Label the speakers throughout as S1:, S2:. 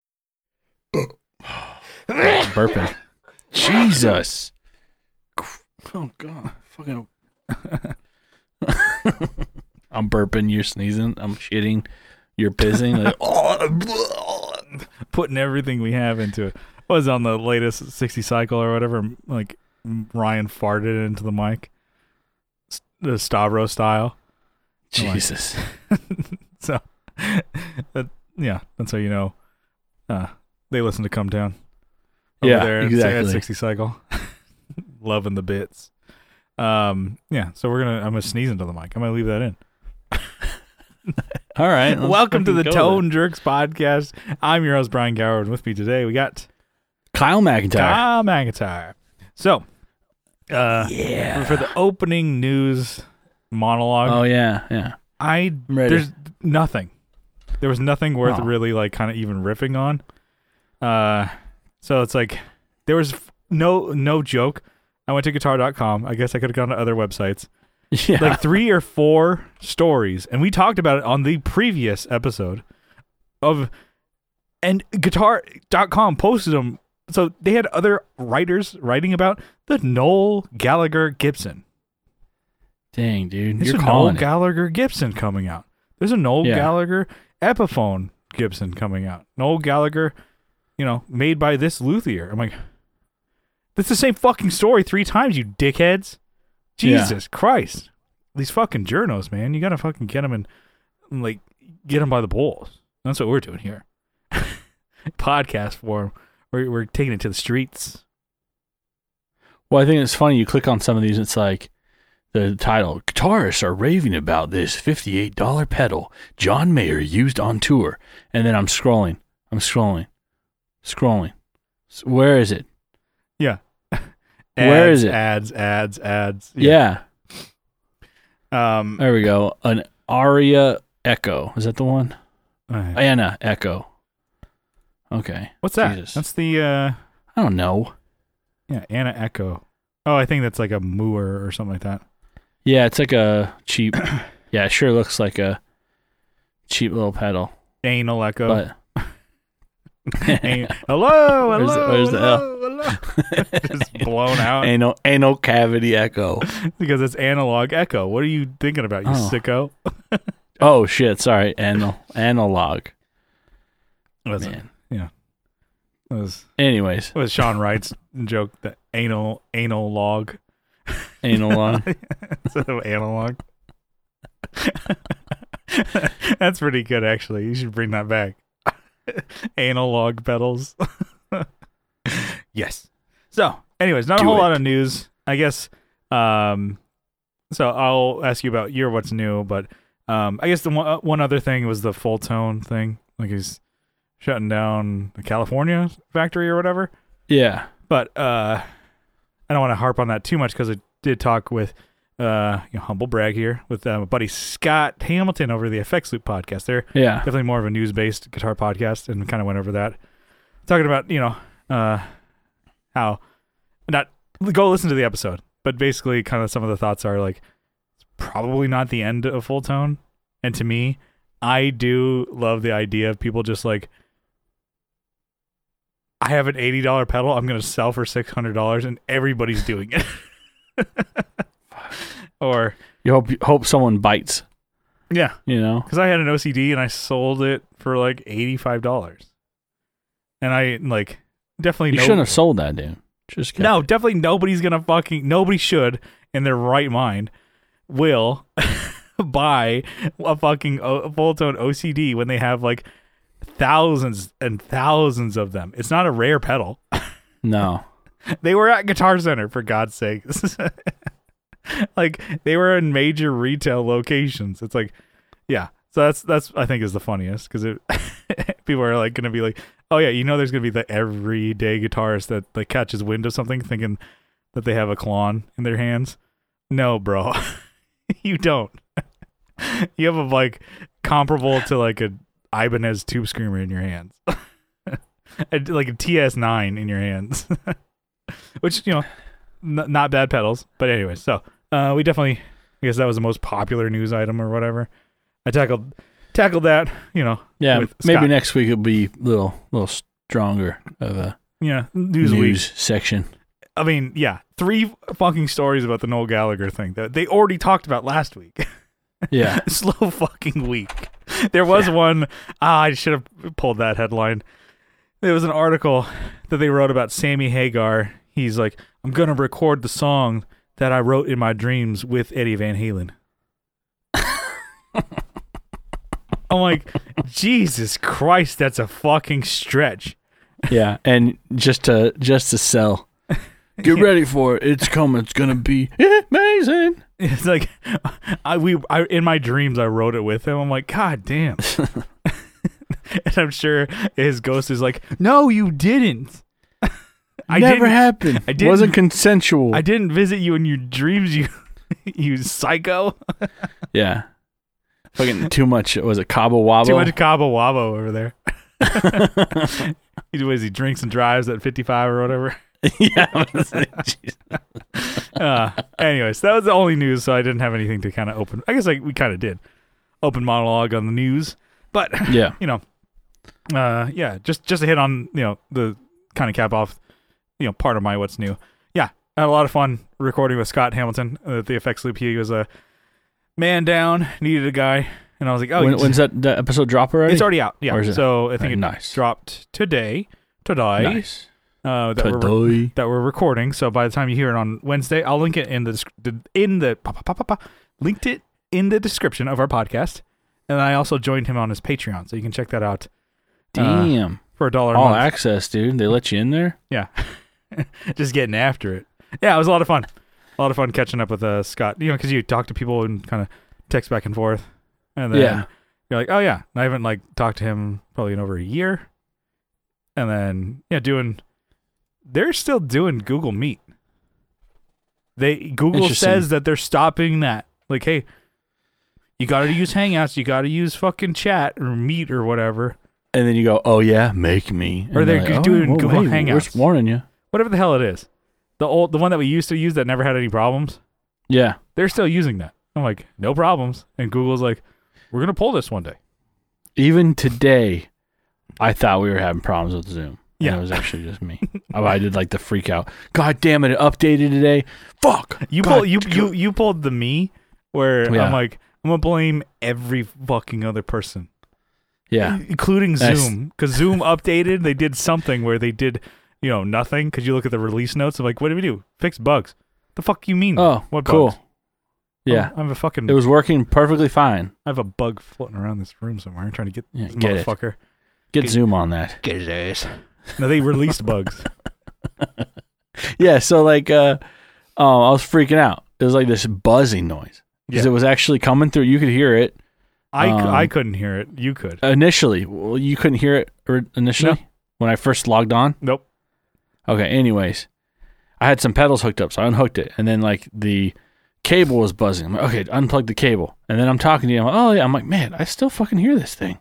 S1: burping.
S2: Jesus. Oh god. Fucking I'm burping, you're sneezing, I'm shitting, you're pissing. Like,
S1: "Oh, Putting everything we have into it. Was on the latest 60 cycle or whatever. Like Ryan farted into the mic, S- the Stavro style.
S2: Oh Jesus.
S1: So, that, yeah, that's how you know uh, they listen to Come Down.
S2: Yeah,
S1: at- At
S2: exactly.
S1: 60 cycle. Loving the bits. Um, yeah, so we're gonna. I'm gonna sneeze into the mic. I'm gonna leave that in.
S2: All right. let's
S1: Welcome to
S2: fucking
S1: the
S2: go
S1: Tone
S2: then.
S1: Jerks podcast. I'm your host Brian Gower, and with me today we got
S2: Kyle McIntyre.
S1: Tom McIntyre. Ah, So, uh,
S2: Yeah.
S1: for the opening news monologue,
S2: Oh yeah, yeah.
S1: I
S2: I'm ready.
S1: there's nothing. There was nothing worth
S2: Aw.
S1: really like kind of even riffing on. Uh, so it's like there was f- no no joke. I went to guitar.com. I guess I could have gone to other websites.
S2: yeah.
S1: Like three or four stories, and we talked about it on the previous episode of and guitar.com posted them. So they had other writers writing about the Noel Gallagher Gibson.
S2: Dang, dude.
S1: There's
S2: You're
S1: a Noel
S2: calling it.
S1: Gallagher Gibson coming out. There's a Noel
S2: Yeah.
S1: Gallagher Epiphone Gibson coming out. Noel Gallagher, you know, made by this luthier. I'm like, that's the same fucking story three times, you dickheads.
S2: Yeah.
S1: Jesus Christ. These fucking journos, man. You gotta fucking get them and, and, like, get them by the balls. That's what we're doing here. Podcast form. We're, we're taking it to the streets.
S2: Well, I think it's funny. You click on some of these, it's like the title Guitarists are raving about this $58 pedal John Mayer used on tour. And then I'm scrolling, I'm scrolling, scrolling. S- Where is it?
S1: Yeah.
S2: Where
S1: Ads,
S2: is it?
S1: Ads, ads, ads.
S2: Yeah.
S1: Um,
S2: There we go. An Aria Echo. Is that the one? Anna Echo. Okay.
S1: What's that?
S2: Jesus.
S1: That's the uh
S2: I don't know.
S1: yeah, Anna Echo. Oh, I think that's like a moor or something like that.
S2: Yeah, it's like a cheap. yeah, it sure looks like a cheap little pedal.
S1: Anal Echo.
S2: But.
S1: An- hello, hello,
S2: Where's the- where's the
S1: hello, hello. Just blown out
S2: anal, anal cavity echo.
S1: because it's analog echo. What are you thinking about, you
S2: Oh.
S1: sicko?
S2: Oh shit! Sorry, anal analog.
S1: Listen,
S2: Man.
S1: It was,
S2: Anyways,
S1: it was Sean Wright's joke, the anal anal log.
S2: analog.
S1: instead of analog. That's pretty good, actually. You should bring that back. analog pedals. yes. So, anyways, not
S2: Do
S1: a whole
S2: it.
S1: lot of news, I guess. Um, so I'll ask you about your what's new, but um, I guess the one, uh, one other thing was the full tone thing, like he's shutting down the California factory or whatever
S2: yeah,
S1: but uh, I don't want to harp on that too much because I did talk with uh, you know, humble brag here with uh, my buddy Scott Hamilton over the FX Loop podcast. They're
S2: yeah,
S1: definitely more of a news based guitar podcast, and we kind of went over that, talking about you know uh, how not go listen to the episode, but basically kind of some of the thoughts are like it's probably not the end of full tone, and to me, I do love the idea of people just like. I have an eighty dollar pedal. I'm gonna sell for six hundred dollars, and everybody's doing it. or
S2: you hope you hope someone bites.
S1: yeah,
S2: You know.
S1: because I had an OCD and I sold it for like eighty five dollars, and I like definitely
S2: You
S1: no,
S2: shouldn't have sold that, dude. Just kept
S1: no
S2: it.
S1: definitely nobody's gonna fucking nobody should in their right mind will buy a fucking uh, o- full tone OCD when they have like thousands and thousands of them. It's not a rare pedal.
S2: no.
S1: They were at Guitar Center for God's sake. like they were in major retail locations. It's like, yeah. So that's that's I think is the funniest because people are like going to be like, oh yeah, you know, there's going to be the everyday guitarist that like catches wind of something, thinking that they have a clon in their hands. No, bro, you don't. you have a like comparable to like a Ibanez tube screamer in your hands, A- like a TS9 in your hands, which you know, n- not bad pedals. But anyway, so uh, we definitely, I guess that was the most popular news item or whatever. I tackled tackled that, you know.
S2: Yeah,
S1: with
S2: maybe
S1: Scott.
S2: next week it'll be a little little stronger of a
S1: yeah,
S2: news,
S1: Newsweek.
S2: section.
S1: I mean, yeah, three fucking stories about the Noel Gallagher thing that they already talked about last week.
S2: Yeah.
S1: Slow fucking week. There was one. Ah, I should have pulled that headline. There was an article that they wrote about Sammy Hagar. He's like, I'm gonna record the song that I wrote in my dreams with Eddie Van Halen. I'm like, Jesus Christ, that's a fucking stretch.
S2: yeah, and just to just to sell. Get ready for it. It's coming. It's gonna be amazing.
S1: It's like I we I in my dreams I wrote it with him. I'm like, God damn. and I'm sure his ghost is like, No, you didn't. I
S2: Never
S1: didn't,
S2: happened.
S1: I
S2: It
S1: didn't-
S2: wasn't consensual.
S1: I didn't visit you in your dreams, you you psycho.
S2: yeah. Fucking too much. Was it Cabo Wabo?
S1: Too much Cabo Wabo over there. he was he drinks and drives at 55 or whatever.
S2: yeah. Jeez.
S1: Uh, anyways, that was the only news, so I didn't have anything to kind of open. I guess like we kind of did open monologue on the news, but
S2: yeah.
S1: you know, uh, yeah, just just to hit on you know the kind of cap off, you know, part of my what's new. Yeah, I had a lot of fun recording with Scott Hamilton uh, at the effects loop. He was a man down, needed a guy, and I was like, oh,
S2: when,
S1: it's,
S2: when's that, that episode drop already?
S1: it's already out. Yeah,
S2: Or is it-
S1: so I think
S2: Alright,
S1: it
S2: nice.
S1: dropped today, today,
S2: nice.
S1: uh, that we're
S2: Today.
S1: that we're recording. So by the time you hear it on Wednesday, I'll link it in the desc- the- in the pa- pa- pa- pa- pa- linked it in the description of our podcast. And I also joined him on his Patreon, so you can check that out Uh,
S2: Damn.
S1: for a dollar a
S2: All
S1: month.
S2: access, dude. They let you in there.
S1: yeah, just getting after it. Yeah, it was a lot of fun. A lot of fun catching up with uh, Scott. You know, because you talk to people and kind of text back and forth, and then
S2: Yeah.
S1: you're like, oh yeah, And I haven't like talked to him probably in over a year, and then yeah, doing. They're still doing Google Meet. They Google
S2: Interesting.
S1: says that they're stopping that. Like, hey, you got to use Hangouts, you got to use fucking chat or Meet or whatever.
S2: And then you go, oh yeah, make me.
S1: Or
S2: And
S1: they're
S2: like, "Oh,
S1: doing
S2: well,
S1: Google
S2: hey, We're
S1: Hangouts.
S2: just warning you.
S1: whatever the hell it is, the old the one that we used to use that never had any problems,
S2: Yeah.
S1: they're still using that. I'm like, no problems. And Google's like, we're gonna pull this one day.
S2: Even today, I thought we were having problems with Zoom. Yeah.
S1: Yeah.
S2: it was actually just me. I, I did like the freak out. God damn it! It updated today. Fuck.
S1: You
S2: God
S1: pull you
S2: damn-
S1: you you pulled the me where
S2: Yeah.
S1: I'm like, I'm gonna blame every fucking other person,
S2: Yeah.
S1: including
S2: Nice.
S1: Zoom, because Zoom updated. They did something where they did, you know, nothing. Because you look at the release notes, I'm like, what did we do? Fix bugs. The fuck you mean?
S2: Oh,
S1: Mm. what
S2: cool.
S1: Bugs?
S2: Yeah.
S1: I'm, I'm a fucking.
S2: It was working perfectly fine.
S1: I have a bug floating around this room somewhere. I'm trying to get
S2: Yeah,
S1: this
S2: get it.
S1: motherfucker.
S2: Get
S1: Good.
S2: Zoom on that.
S1: Get his ass. No, they released bugs.
S2: Yeah. So like, uh, oh, I was freaking out. It was like this buzzing noise because
S1: Yeah.
S2: it was actually coming through. You could hear it
S1: I, c-
S2: Um,
S1: I couldn't hear it. You could.
S2: initially. Well, you couldn't hear it or- initially
S1: No.
S2: when I first logged on.
S1: Nope.
S2: Okay. Anyways, I had some pedals hooked up, so I unhooked it, and then like the cable was buzzing. I'm like, okay, unplug the cable, and then I'm talking to you. I'm like, oh yeah. I'm like, man, I still fucking hear this thing.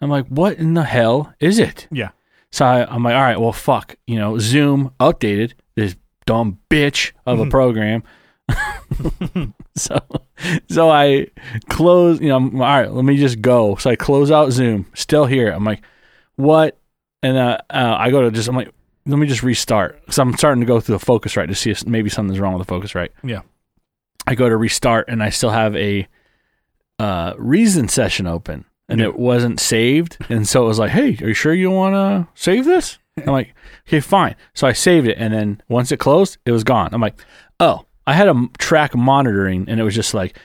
S2: I'm like, what in the hell is it?
S1: Yeah.
S2: So I, I'm like, all right, well, fuck. You know, Zoom updated this dumb bitch of a program. so, so I close. You know, I'm, all right, let me just go. So I close out Zoom. Still here. I'm like, what? And uh, uh, I go to just. I'm like, let me just restart. So I'm starting to go through the focus right to see if maybe something's wrong with the focus right.
S1: Yeah.
S2: I go to restart and I still have a uh, reason session open and
S1: Yeah.
S2: it wasn't saved. And so it was like, hey, are you sure you want to save this? I'm like, okay, fine. So I saved it. And then once it closed, it was gone. I'm like, oh, I had a m- track monitoring and it was just like,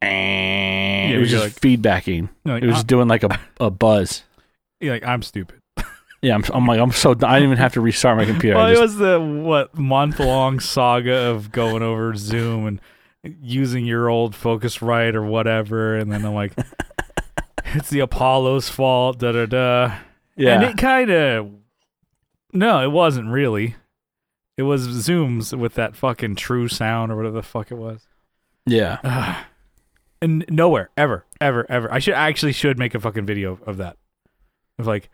S2: it was
S1: you're
S2: just
S1: like-
S2: feedbacking.
S1: You're like,
S2: it was
S1: "Ah."
S2: just doing like a, a buzz.
S1: You're like, I'm stupid.
S2: Yeah, I'm, I'm like, I'm so, I didn't even have to restart my computer. I
S1: Well,
S2: just-
S1: it was the what month long saga of going over Zoom and using your old Focusrite or whatever, and then I'm like, it's the Apollo's fault. Da da da.
S2: yeah.
S1: And it kind of. No, it wasn't really. It was Zoom's with that fucking true sound or whatever the fuck it was.
S2: yeah.
S1: and nowhere ever ever ever i should I actually should make a fucking video of that of like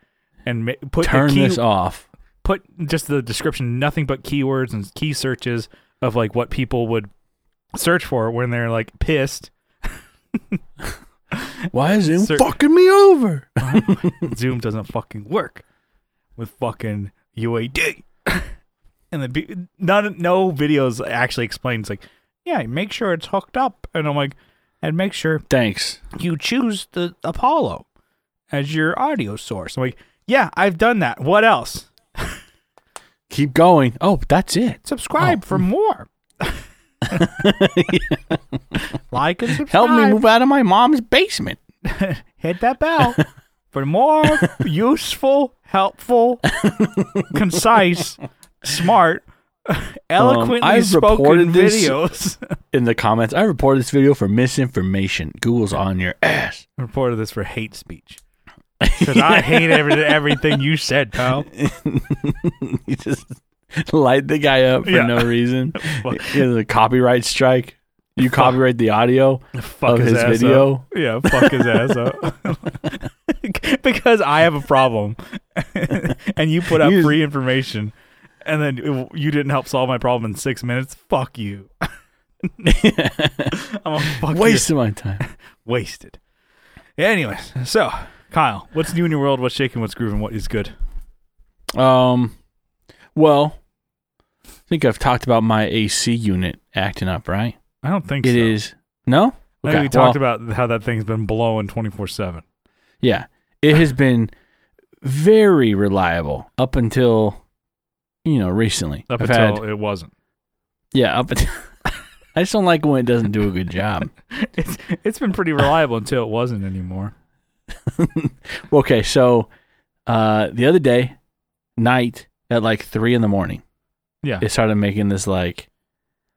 S1: and ma- put the
S2: Turn
S1: key-
S2: this off.
S1: put just the description nothing but keywords and key searches of like what people would search for when they're like pissed
S2: Why is Zoom
S1: Sir-
S2: fucking me over?
S1: zoom doesn't fucking work with fucking UAD. and then pe- none, no videos actually explains like, yeah, make sure it's hooked up. And I'm like, and make sure
S2: Thanks.
S1: you choose the Apollo as your audio source. I'm like, yeah, I've done that. What else?
S2: Keep going. Oh, that's it.
S1: Subscribe
S2: Oh.
S1: for more. like and subscribe.
S2: Help me move out of my mom's basement.
S1: hit that bell for more useful, helpful, concise, smart, eloquently
S2: Um, I've
S1: spoken
S2: reported this-
S1: videos.
S2: In the comments, I reported this video for misinformation. Google's on your ass.
S1: reported this for hate speech. Because I hate every, everything you said, pal.
S2: you just light the guy up for
S1: Yeah.
S2: no reason.
S1: Fuck.
S2: There's a copyright strike. You copyright the audio
S1: Fuck
S2: of
S1: his,
S2: his,
S1: ass up.
S2: video.
S1: Yeah, fuck his ass up. because I have a problem, and you put out
S2: You-
S1: free information, and then it- you didn't help solve my problem in six minutes. Fuck you. I'm a fuck you.
S2: Wasted my time.
S1: wasted. Anyways, so Kyle, what's new in your world? What's shaking? What's grooving? What is good?
S2: Um, well, I think I've talked about my AC unit acting up, right?
S1: I don't think
S2: It
S1: so.
S2: is no.
S1: I think we
S2: well,
S1: talked about how that thing's been blowing twenty four seven.
S2: Yeah, it has been very reliable up until you know recently.
S1: Up
S2: I've
S1: until
S2: had-
S1: it wasn't.
S2: yeah, up. Until, I just don't like when it doesn't do a good job.
S1: It's it's been pretty reliable until it wasn't anymore.
S2: okay, so uh, the other day, night at like three in the morning,
S1: Yeah.
S2: it started making this like.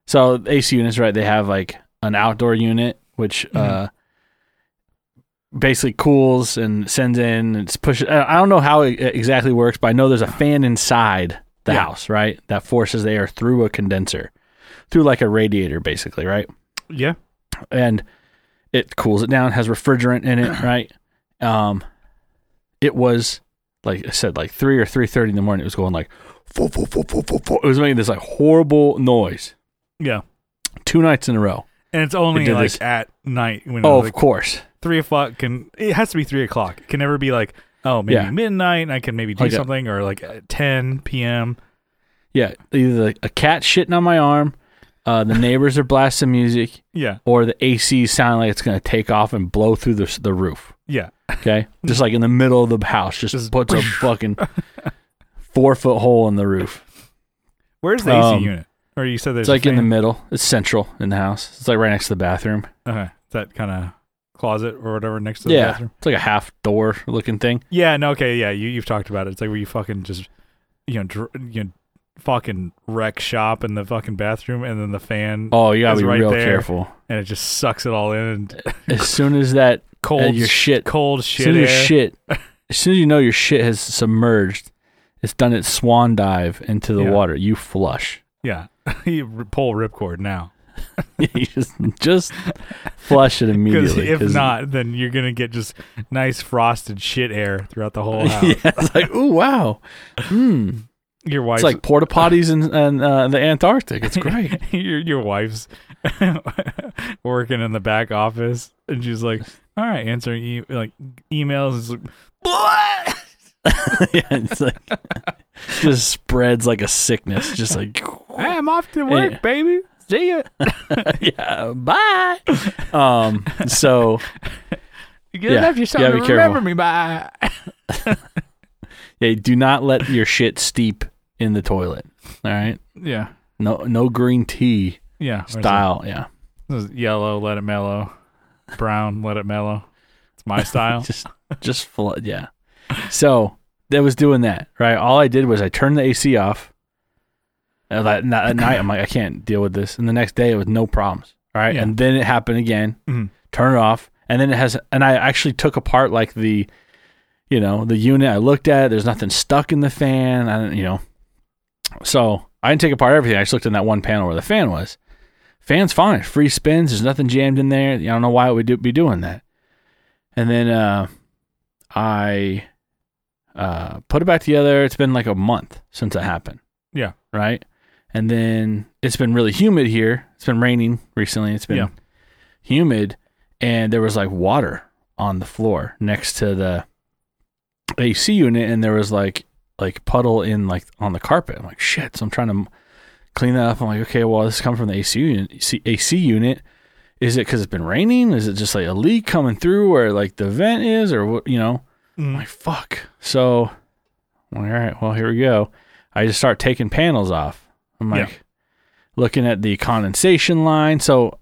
S2: So AC units, right? They have like an outdoor unit, which
S1: Mm-hmm.
S2: uh, basically cools and sends in. It's push. I I don't know how it exactly works, but I know there's a fan inside the
S1: Yeah.
S2: house, right? That forces the air through a condenser, through like a radiator, basically, right?
S1: Yeah.
S2: and it cools it down, has refrigerant in it, right? Um, it was like I said, like three or three thirty in the morning. It was going like, "Fu- fu- fu- fu- fu- fu." it was making this like horrible noise
S1: Yeah.
S2: two nights in a row.
S1: And it's only
S2: It did
S1: like
S2: this-
S1: at night when
S2: Oh,
S1: like
S2: of course,
S1: three o'clock can it has to be three o'clock. It can never be like, oh maybe
S2: Yeah. Oh,
S1: midnight and I can maybe do
S2: Like a-
S1: something or like at ten PM.
S2: yeah. Either like a cat shitting on my arm, uh, the neighbors are blasting music,
S1: Yeah.
S2: or the AC sound like it's going to take off and blow through the the roof.
S1: Yeah.
S2: Okay, just like in the middle of the house, just,
S1: Just-
S2: puts a fucking four foot hole in the roof.
S1: Where's the AC
S2: Um,
S1: unit? Or you said
S2: It's
S1: there's
S2: like
S1: a
S2: in the
S1: fan?
S2: middle. It's central in the house. It's like right next to the bathroom.
S1: Okay. It's that kind of closet or whatever next to the
S2: yeah,
S1: bathroom.
S2: it's like a half door looking thing.
S1: Yeah. No. Okay. Yeah. You you've talked about it. It's like where you fucking just you know dr- you know, fucking wreck shop in the fucking bathroom, and then the fan
S2: Oh, you gotta
S1: It's
S2: be
S1: right
S2: real
S1: there.
S2: careful.
S1: and it just sucks it all in. And
S2: As soon as that,
S1: cold
S2: Uh, your
S1: sh-
S2: shit-
S1: Cold
S2: as
S1: shit.
S2: soon as your
S1: air.
S2: shit, as soon as you know your shit has submerged, it's done its swan dive into the
S1: Yeah.
S2: water. You flush.
S1: Yeah. you r- pull ripcord now
S2: you just just flush it
S1: because
S2: immediately.
S1: if
S2: 'cause-
S1: not, then you're gonna get just nice frosted shit air throughout the whole house.
S2: yeah, it's like ooh wow, Hmm.
S1: Your wife's
S2: It's like porta potties in, in uh, the Antarctic. It's great.
S1: your your wife's working in the back office, and she's like, "All right, answering e- like emails." It's like, "What?"
S2: yeah, it's like just spreads like a sickness. Just like
S1: Hey, I'm off to work,
S2: Yeah.
S1: baby. See ya.
S2: yeah, bye. Um, so
S1: You good
S2: Yeah,
S1: enough? You're
S2: you
S1: something
S2: gotta
S1: to
S2: be
S1: remember
S2: careful.
S1: me by.
S2: yeah, do not let your shit steep in the toilet. All right,
S1: yeah,
S2: no, no green tea
S1: yeah. Or is it-
S2: style. Yeah,
S1: this is yellow, let it mellow. Brown, let it mellow. It's my style.
S2: just just flood. Yeah. So that was doing that right. All I did was I turned the AC off. And that, that at night, I'm like, I can't deal with this. And the next day, it was no problems. All right,
S1: Yeah.
S2: and then it happened again.
S1: Mhm.
S2: turn it off and then it has and i actually took apart like the you know the unit i looked at it, there's nothing stuck in the fan i don't you know so i didn't take apart everything i just looked in that one panel where the fan was fan's fine free spins there's nothing jammed in there i don't know why it would do, be doing that and then uh i uh put it back together it's been like a month since it happened
S1: Yeah.
S2: right and then it's been really humid here it's been raining recently it's been
S1: Yeah.
S2: humid and there was like water on the floor next to the AC unit and there was like like puddle in like on the carpet. I'm like, shit. So I'm trying to clean that up. I'm like, okay, well, this comes from the AC unit. AC unit. Is it because it's been raining? Is it just like a leak coming through where like the vent is, or what? You know,
S1: Mm-hmm.
S2: I'm like fuck. So, I'm like, all right, well, here we go. I just start taking panels off. I'm
S1: Yeah.
S2: like looking at the condensation line. So,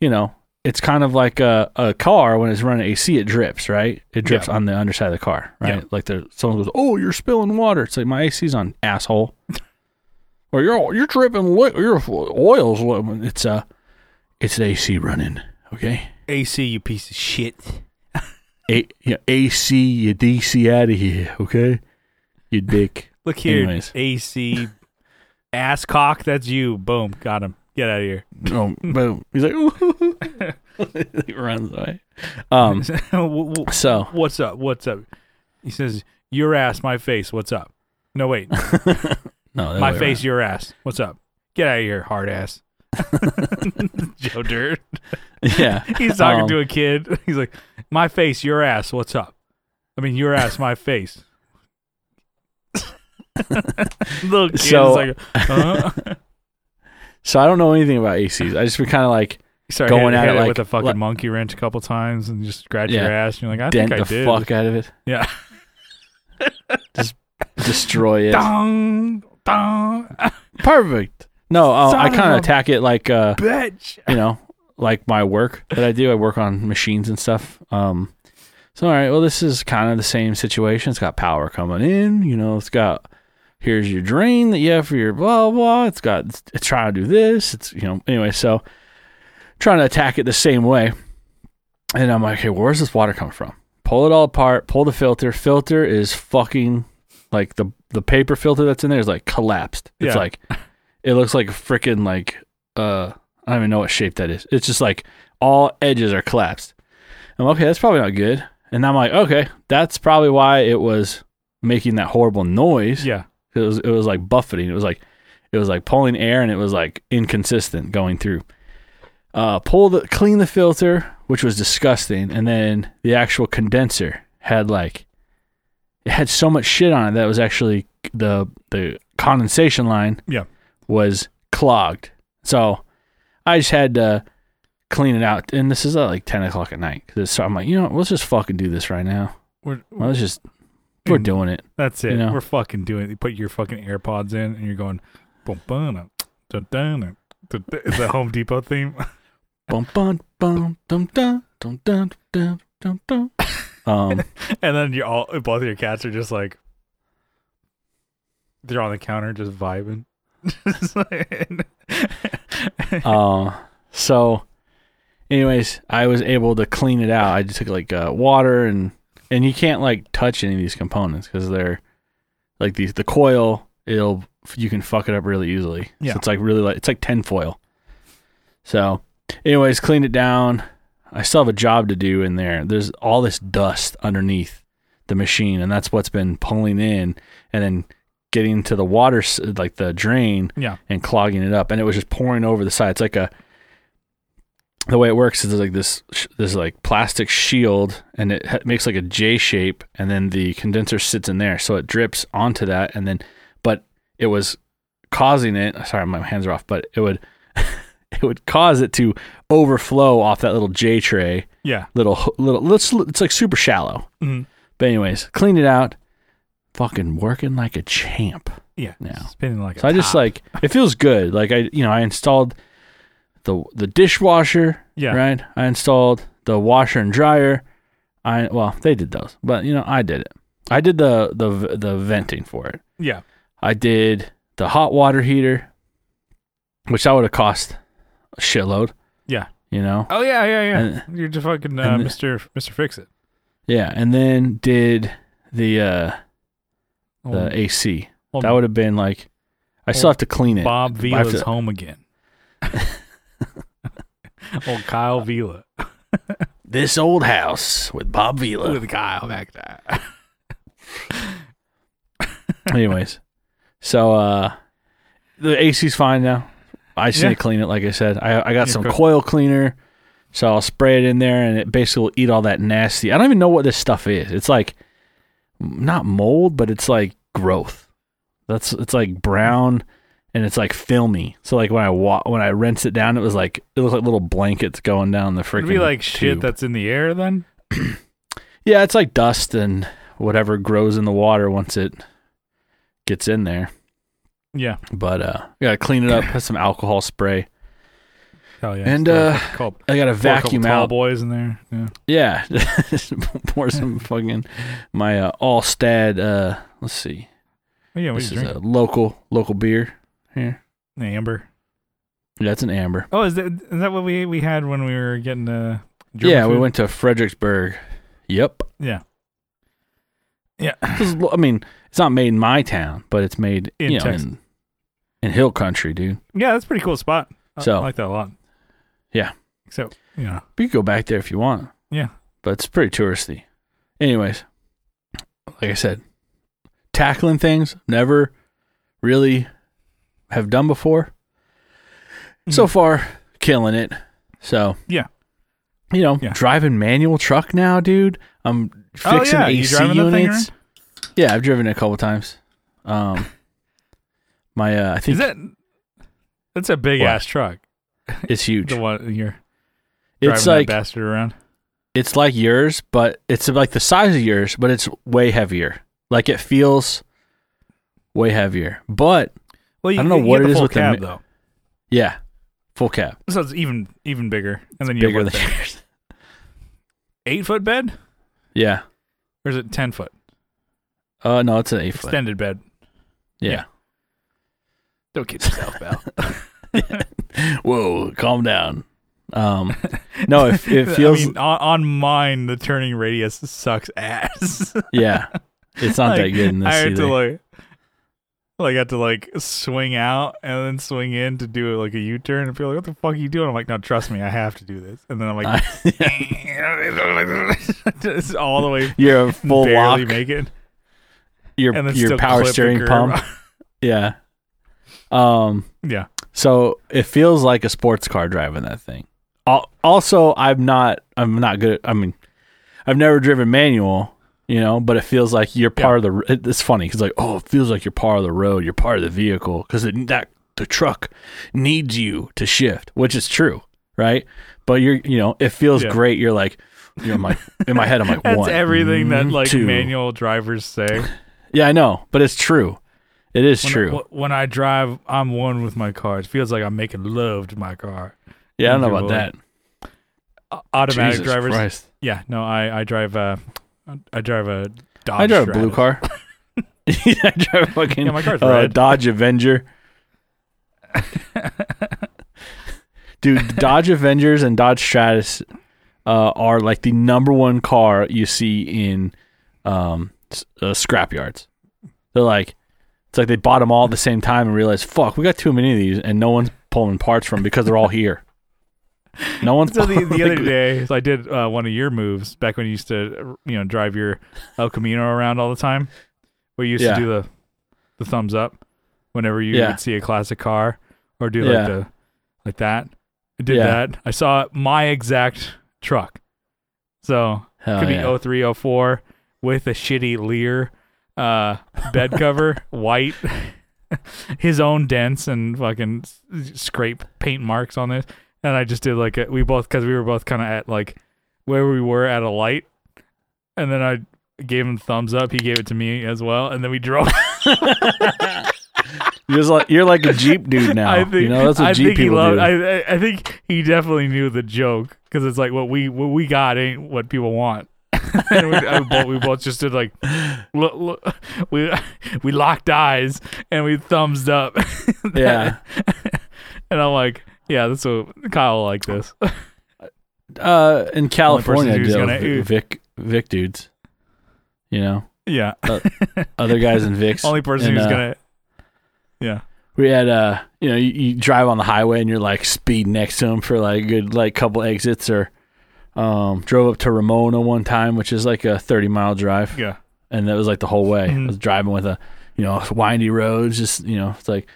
S2: you know, it's kind of like a, a car when it's running AC, it drips, right? It drips on the underside of the car, right?
S1: Yeah.
S2: Like the someone goes, "Oh, you're spilling water." It's like my AC's on, asshole. or you're you're dripping, li- your oil's. Li- it's a, it's an AC running, okay?
S1: AC, you piece of shit.
S2: A, yeah, AC, you DC out of here, okay? You dick.
S1: Look here,
S2: Anyways.
S1: AC, ass cock. That's you. Boom, got him. Get out of here.
S2: oh, boom. He's like, "Ooh." he runs away. Um,
S1: W- w-
S2: so
S1: What's up? What's up? He says, "Your ass, my face. What's up?" No, wait.
S2: no, that
S1: my
S2: way
S1: face, your ass. What's up? Get out of here, hard ass. Joe Dirt.
S2: around. Yeah,
S1: He's talking
S2: Um,
S1: to a kid. He's like, "My face, your ass. What's up?" I mean, your ass, my face. Little kid
S2: So-
S1: is like, huh?
S2: So I don't know anything about ACs. I just been kind of like
S1: Sorry,
S2: Going
S1: hit,
S2: at
S1: hit
S2: it
S1: it
S2: like-
S1: with a fucking
S2: like-
S1: monkey wrench a couple times and just scratch
S2: Yeah.
S1: your ass. And you're like, I
S2: dent
S1: think I
S2: the
S1: did.
S2: fuck out of it,
S1: Yeah.
S2: destroy it.
S1: Dong, dong,
S2: Perfect. No, uh,
S1: Son
S2: I
S1: of
S2: kind
S1: a-
S2: of attack it like uh,
S1: bitch.
S2: you know, like my work that I do. I work on machines and stuff. Um, so all right, well, this is kind of the same situation. It's got power coming in. You know, it's got here's your drain that you have for your blah blah. It's got it's, it's trying to do this. It's you know anyway. So trying to attack it the same way, and I'm like, hey, where's this water coming from? Pull it all apart. Pull the filter. Filter is fucking like the the paper filter that's in there is like collapsed. It's
S1: Yeah.
S2: like it looks like freaking like uh I don't even know what shape that is. It's just like all edges are collapsed. I'm okay, that's probably not good. And I'm like, okay, that's probably why it was making that horrible noise.
S1: Yeah.
S2: It was it was like buffeting. It was like it was like pulling air and it was like inconsistent going through. Uh pull the clean the filter, which was disgusting, and then the actual condenser had like it had so much shit on it that was actually the the condensation line
S1: Yeah.
S2: was clogged. So I just had to clean it out. And this is at like ten o'clock at night. 'Cause it's- So I'm like, you know what, let's just fucking do this right now.
S1: We're,
S2: Let's just we're
S1: Mm.
S2: doing it.
S1: That's it.
S2: You know?
S1: We're fucking doing it. You put your fucking AirPods in and you're going, boom, boom, dun, dun, dun, dun, dun. It's a Home Depot theme.
S2: bum, bum, bum, dum, dum, dum, dum, dum, dum, dum. Um,
S1: And then you all, both of your cats are just like, they're on the counter just vibing. Just like-
S2: uh, so, anyways, I was able to clean it out. I just took like uh, water and and you can't like touch any of these components because they're like these the coil. It'll you can fuck it up really easily. So
S1: Yeah.
S2: it's like really like it's like tinfoil. So, anyways, cleaned it down. I still have a job to do in there. There's all this dust underneath the machine, and that's what's been pulling in and then getting to the water, s- like the drain,
S1: Yeah.
S2: and clogging it up. And it was just pouring over the side. It's like a the way it works is like this sh- this like plastic shield, and it ha- makes like a J shape, and then the condenser sits in there, so it drips onto that, and then but it was causing it. Sorry, my hands are off, but it would. It would cause it to overflow off that little J tray,
S1: yeah.
S2: little h- little let's it's like super shallow.
S1: Mhm.
S2: But anyways, cleaned it out. Fucking working like a champ.
S1: Yeah.
S2: Yeah.
S1: Spinning like a
S2: So I just
S1: top.
S2: like it feels good. Like I you know, I installed the the dishwasher,
S1: Yeah.
S2: right? I installed the washer and dryer. I well, they did those, but you know, I did it. I did the the the venting for it.
S1: Yeah.
S2: I did the hot water heater, which that would have cost a shitload.
S1: Yeah.
S2: You know?
S1: Oh, yeah, yeah, yeah.
S2: And-
S1: you're just fucking uh,
S2: and-
S1: Mr. Mr. Fix It.
S2: Yeah. And then did the uh the AC.
S1: Old-
S2: That would have been like I still
S1: Old
S2: have to clean it.
S1: Bob
S2: I have
S1: Vila's
S2: to-
S1: home again. Old Kyle Vila.
S2: This old house with Bob Vila.
S1: With Kyle back there.
S2: Anyways, so uh the AC's fine now. I just
S1: Yeah.
S2: need to clean it, like I said. I I got
S1: Yeah,
S2: some
S1: cool.
S2: coil cleaner, so I'll spray it in there, and it basically will eat all that nasty. I don't even know what this stuff is. It's like not mold, but it's like growth. That's it's like brown and it's like filmy. So like when I wa- when I rinsed it down, it was like it looked like little blankets going down the freaking.
S1: It'd be like
S2: tube.
S1: shit that's in the air then.
S2: yeah, it's like dust and whatever grows in the water once it gets in there.
S1: Yeah.
S2: But uh, I gotta clean it up. Put some alcohol spray.
S1: Hell Oh, yeah.
S2: And,
S1: Throw a
S2: uh,
S1: fucking couple-
S2: I gotta
S1: throw a couple
S2: vacuum
S1: tall
S2: out.
S1: boys in there. Yeah.
S2: Yeah, Just pour some fucking my uh, Allstad. Uh, let's see.
S1: Oh, yeah. What
S2: This
S1: you
S2: is
S1: drinking?
S2: a local local beer here.
S1: Amber.
S2: Yeah, it's an amber.
S1: Oh, is that is that what we we had when we were getting uh? German
S2: Yeah, we
S1: food?
S2: went to Fredericksburg. Yep.
S1: Yeah. Yeah.
S2: This is- I mean, it's not made in my town, but it's made
S1: In
S2: you know,
S1: Texas.
S2: in, in hill country, dude.
S1: Yeah, that's a pretty cool spot. I,
S2: So-
S1: I like that a lot.
S2: Yeah.
S1: So yeah,
S2: You can go back there if you want,
S1: yeah.
S2: but it's pretty touristy. Anyways, like I said, tackling things never really have done before. So
S1: Mm.
S2: far, killing it. So
S1: Mm-hmm. Yeah.
S2: you know,
S1: Yeah.
S2: driving manual truck now, dude. I'm
S1: Oh,
S2: fixing
S1: yeah, you
S2: AC
S1: driving that thing
S2: units. Yeah, I've driven it a couple times. Um, my uh, I
S1: Is
S2: think
S1: that? That's a big
S2: What?
S1: ass truck.
S2: it's huge.
S1: The one you're driving
S2: It's like
S1: that bastard around.
S2: it's like yours, but it's like the size of yours, but it's way heavier. Like it feels way heavier. But
S1: Well, you,
S2: I don't know
S1: you
S2: what
S1: get
S2: it
S1: the
S2: is
S1: full
S2: with the
S1: cab
S2: mi-
S1: though.
S2: yeah, full cab,
S1: So it's even even bigger, and then you
S2: bigger
S1: have
S2: than
S1: what,
S2: yours.
S1: eight foot bed,
S2: Yeah.
S1: or is it ten foot
S2: Uh, no, it's an eight foot.
S1: extended bed?
S2: Yeah.
S1: Don't kid yourself, pal.
S2: Whoa, calm down. Um, no, it, it
S1: I
S2: feels
S1: mean, on, on mine the turning radius sucks ass.
S2: yeah. It's not that
S1: Like,
S2: good in this
S1: I had
S2: either.
S1: to like, like I had to like swing out and then swing in to do like a U turn, and people are like, "What the fuck are you doing?" I'm like, "No, trust me, I have to do this." And then I'm like, it's all the way
S2: You're a full
S1: barely
S2: lock.
S1: make it,
S2: your
S1: and then
S2: your
S1: still
S2: power
S1: clip the
S2: steering
S1: curb.
S2: pump. Yeah. Um.
S1: yeah,
S2: So it feels like a sports car driving that thing. Al- Also, I'm not. I'm not good. At, I mean, I've never driven manual. You know, but it feels like you're part of the. It, it's funny because like, oh, it feels like you're part of the road. You're part of the vehicle because that the truck needs you to shift, which is true, right? But you're, you know, it feels
S1: Yeah.
S2: great. You're like, you know, I'm like in my head, I'm like,
S1: that's
S2: one,
S1: everything that
S2: mm,
S1: like
S2: two.
S1: manual drivers say.
S2: Yeah, I know, but it's true. It is
S1: When,
S2: true.
S1: When I drive, I'm one with my car. It feels like I'm making love to my car.
S2: yeah, I don't know
S1: You're
S2: about
S1: like-
S2: that.
S1: A- Automatic
S2: Jesus
S1: drivers,
S2: Christ.
S1: yeah. No, I I drive uh, I drive a Dodge.
S2: I drive a
S1: Stratus.
S2: blue car. I drive a fucking
S1: Yeah, my car's
S2: uh,
S1: red.
S2: Dodge Avenger. Dude, Dodge Avengers and Dodge Stratus uh, are like the number one car you see in um, s- uh, scrap yards. They're like, it's like they bought them all at the same time and realized, fuck, we got too many of these and no one's pulling parts from because they're all here. No one's
S1: So the, the
S2: like,
S1: other day, so I did uh, one of your moves back when you used to, you know, drive your El Camino around all the time. We used
S2: Yeah.
S1: to do the the thumbs up whenever you
S2: Yeah.
S1: would see a classic car or do
S2: Yeah.
S1: like the like that. I did
S2: Yeah.
S1: that. I saw my exact truck. So
S2: Hell
S1: could
S2: Oh, yeah.
S1: be 03, 04 with a shitty Lear uh, bed cover, white, his own dents and fucking s- scrape paint marks on it. And I just did like a, we both because we were both kind of at like where we were at a light, and then I gave him thumbs up. He gave it to me as well, and then we drove.
S2: You're, just like, you're like a Jeep dude now.
S1: I think
S2: you know, that's what
S1: I
S2: Jeep
S1: think he
S2: people
S1: loved.
S2: do.
S1: I, I I think he definitely knew the joke because it's like what we what we got ain't what people want. and we, I, both, we both just did like look, look, we we locked eyes and we thumbs up.
S2: yeah.
S1: and I'm like, yeah, this will Kyle will like this.
S2: uh, in California,
S1: who's
S2: deal
S1: gonna-
S2: with
S1: who-
S2: Vic Vic dudes, you know,
S1: yeah,
S2: other guys in Vicks.
S1: only person
S2: And,
S1: who's
S2: uh,
S1: gonna. Yeah,
S2: We had uh, you know, you, you drive on the highway and you're like speed next to them for like a good like couple exits or. Um, drove up to Ramona one time, which is like a 30 mile drive,
S1: yeah,
S2: and that was like the whole way. I
S1: Mhm.
S2: was driving with a, you know, windy roads, just you know, it's like,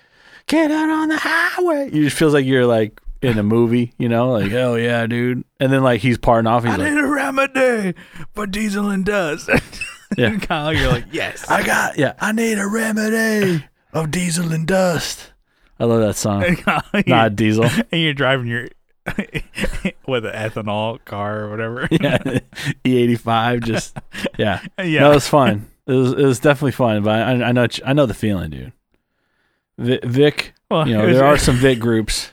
S2: get out on the highway. You just feels like you're like in a movie, you know, like oh yeah, dude. And then like he's parting off, he's
S1: I
S2: like,
S1: didn't ram a day for diesel and dust.
S2: Yeah.
S1: Kyle, you're like, yes.
S2: I got yeah. I need a remedy of diesel and dust. I love that song.
S1: and, Kyle,
S2: Nah,
S1: you're,
S2: diesel.
S1: and you're driving your with an ethanol car or whatever.
S2: Yeah, E eighty five. Just yeah.
S1: yeah.
S2: No, it was fun. It was it was definitely fun. But I, I know I know the feeling, dude. Vi- Vic,
S1: well,
S2: you know
S1: it was-
S2: there are some Vic groups.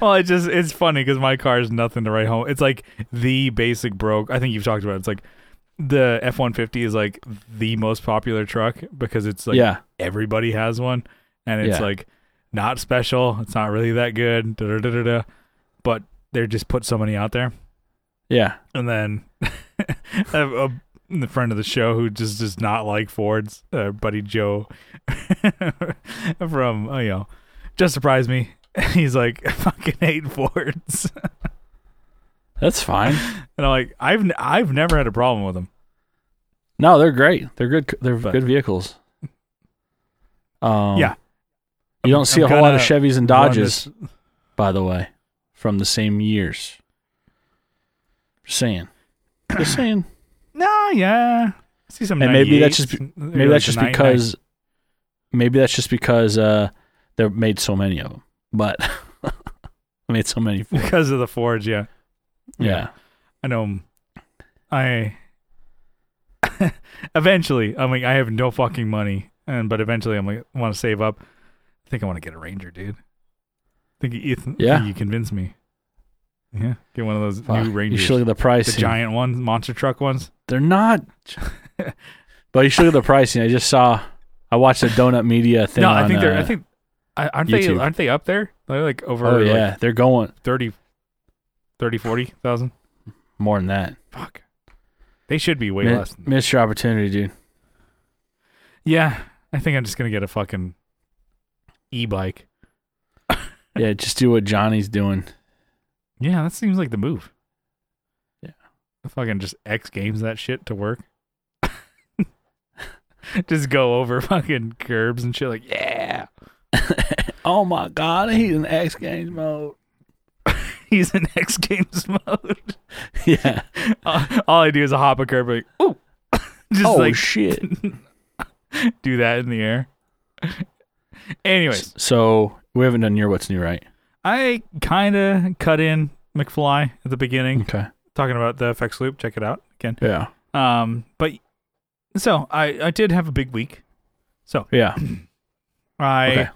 S1: Well, it just it's funny because my car is nothing to write home. It's like the basic broke. I think you've talked about it. It's like the F one fifty is like the most popular truck because it's like
S2: yeah,
S1: everybody has one, and it's
S2: Yeah.
S1: like not special. It's not really that good. Da, da, da, da, da. But they just put so many out there,
S2: yeah.
S1: and then a, a- the friend of the show who just does not like Fords, uh, buddy Joe from uh, you know, just surprised me. He's like, I fucking hate Fords.
S2: That's fine.
S1: And I'm like, I've n- I've never had a problem with them.
S2: No, they're great. They're good. They're
S1: But-
S2: good vehicles. Um,
S1: Yeah.
S2: You don't
S1: I'm-
S2: see
S1: I'm
S2: a whole lot of
S1: gonna
S2: Chevys and
S1: run
S2: Dodges, by the way, from the same years. Just saying. Just saying.
S1: No, Ah, yeah. I see some.
S2: And maybe that's
S1: 98s,
S2: Maybe
S1: like
S2: that's
S1: the
S2: just
S1: 99.
S2: because. Maybe that's just because uh, they're made so many of them. But made so many. For,
S1: because of the Fords. Yeah,
S2: yeah.
S1: I know. 'em. I eventually, I'm like, I have no fucking money, and but eventually, I'm like, I want to save up. I think I want to get a Ranger, dude. I think Ethan,
S2: Yeah.
S1: I think you convinced me. Yeah, get one of those
S2: Fuck.
S1: new
S2: You
S1: Rangers,
S2: should look at the
S1: the
S2: pricing.
S1: giant ones, monster truck ones.
S2: They're not. but you should look at the pricing. I just saw. I watched the Donut Media thing.
S1: no,
S2: on,
S1: I think they're.
S2: uh,
S1: I think I- aren't they?
S2: YouTube.
S1: Aren't they up there? They're like over.
S2: Oh
S1: like,
S2: yeah, they're going
S1: 30, 30 40,000.
S2: more than that.
S1: Fuck. They should be way
S2: Mi-
S1: less. Than that.
S2: missed your opportunity, dude.
S1: Yeah. I think I'm just going to get a fucking e bike.
S2: Yeah, just do what Johnny's doing.
S1: Yeah, that seems like the move.
S2: Yeah.
S1: Fucking just X games that shit to work. just go over fucking curbs and shit like, yeah.
S2: Oh my God, he's in X Games mode.
S1: He's in X Games mode.
S2: Yeah.
S1: all, all I do is a hop a curb like, ooh. just
S2: oh
S1: like
S2: shit.
S1: do that in the air. Anyways.
S2: So we haven't done your what's new, right?
S1: I kind of cut in McFly at the beginning,
S2: Okay.
S1: talking about the FX loop. Check it out again.
S2: Yeah.
S1: Um, but so I I did have a big week.
S2: Yeah.
S1: I
S2: Okay.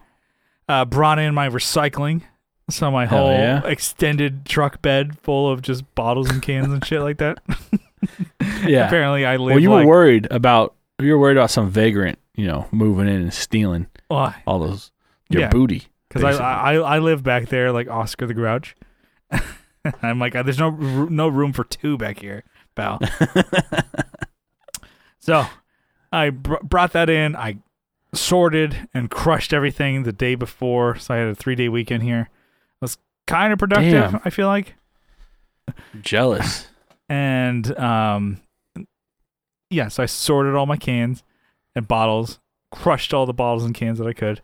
S1: uh, brought in my recycling, so my
S2: Hell
S1: whole
S2: yeah.
S1: extended truck bed full of just bottles and cans and shit like that.
S2: Yeah.
S1: Apparently, I live
S2: Well, you
S1: like
S2: were worried about you were worried about some vagrant, you know, moving in and stealing all those your
S1: Yeah.
S2: booty.
S1: because oh, I, I I live back there like Oscar the Grouch. I'm like, uh, there's no r- no room for two back here, pal. So I br- brought that in. I sorted and crushed everything the day before. So I had a three day weekend here. It was kind of productive,
S2: Damn.
S1: I feel like.
S2: Jealous.
S1: And um, yeah, so I sorted all my cans and bottles, crushed all the bottles and cans that I could.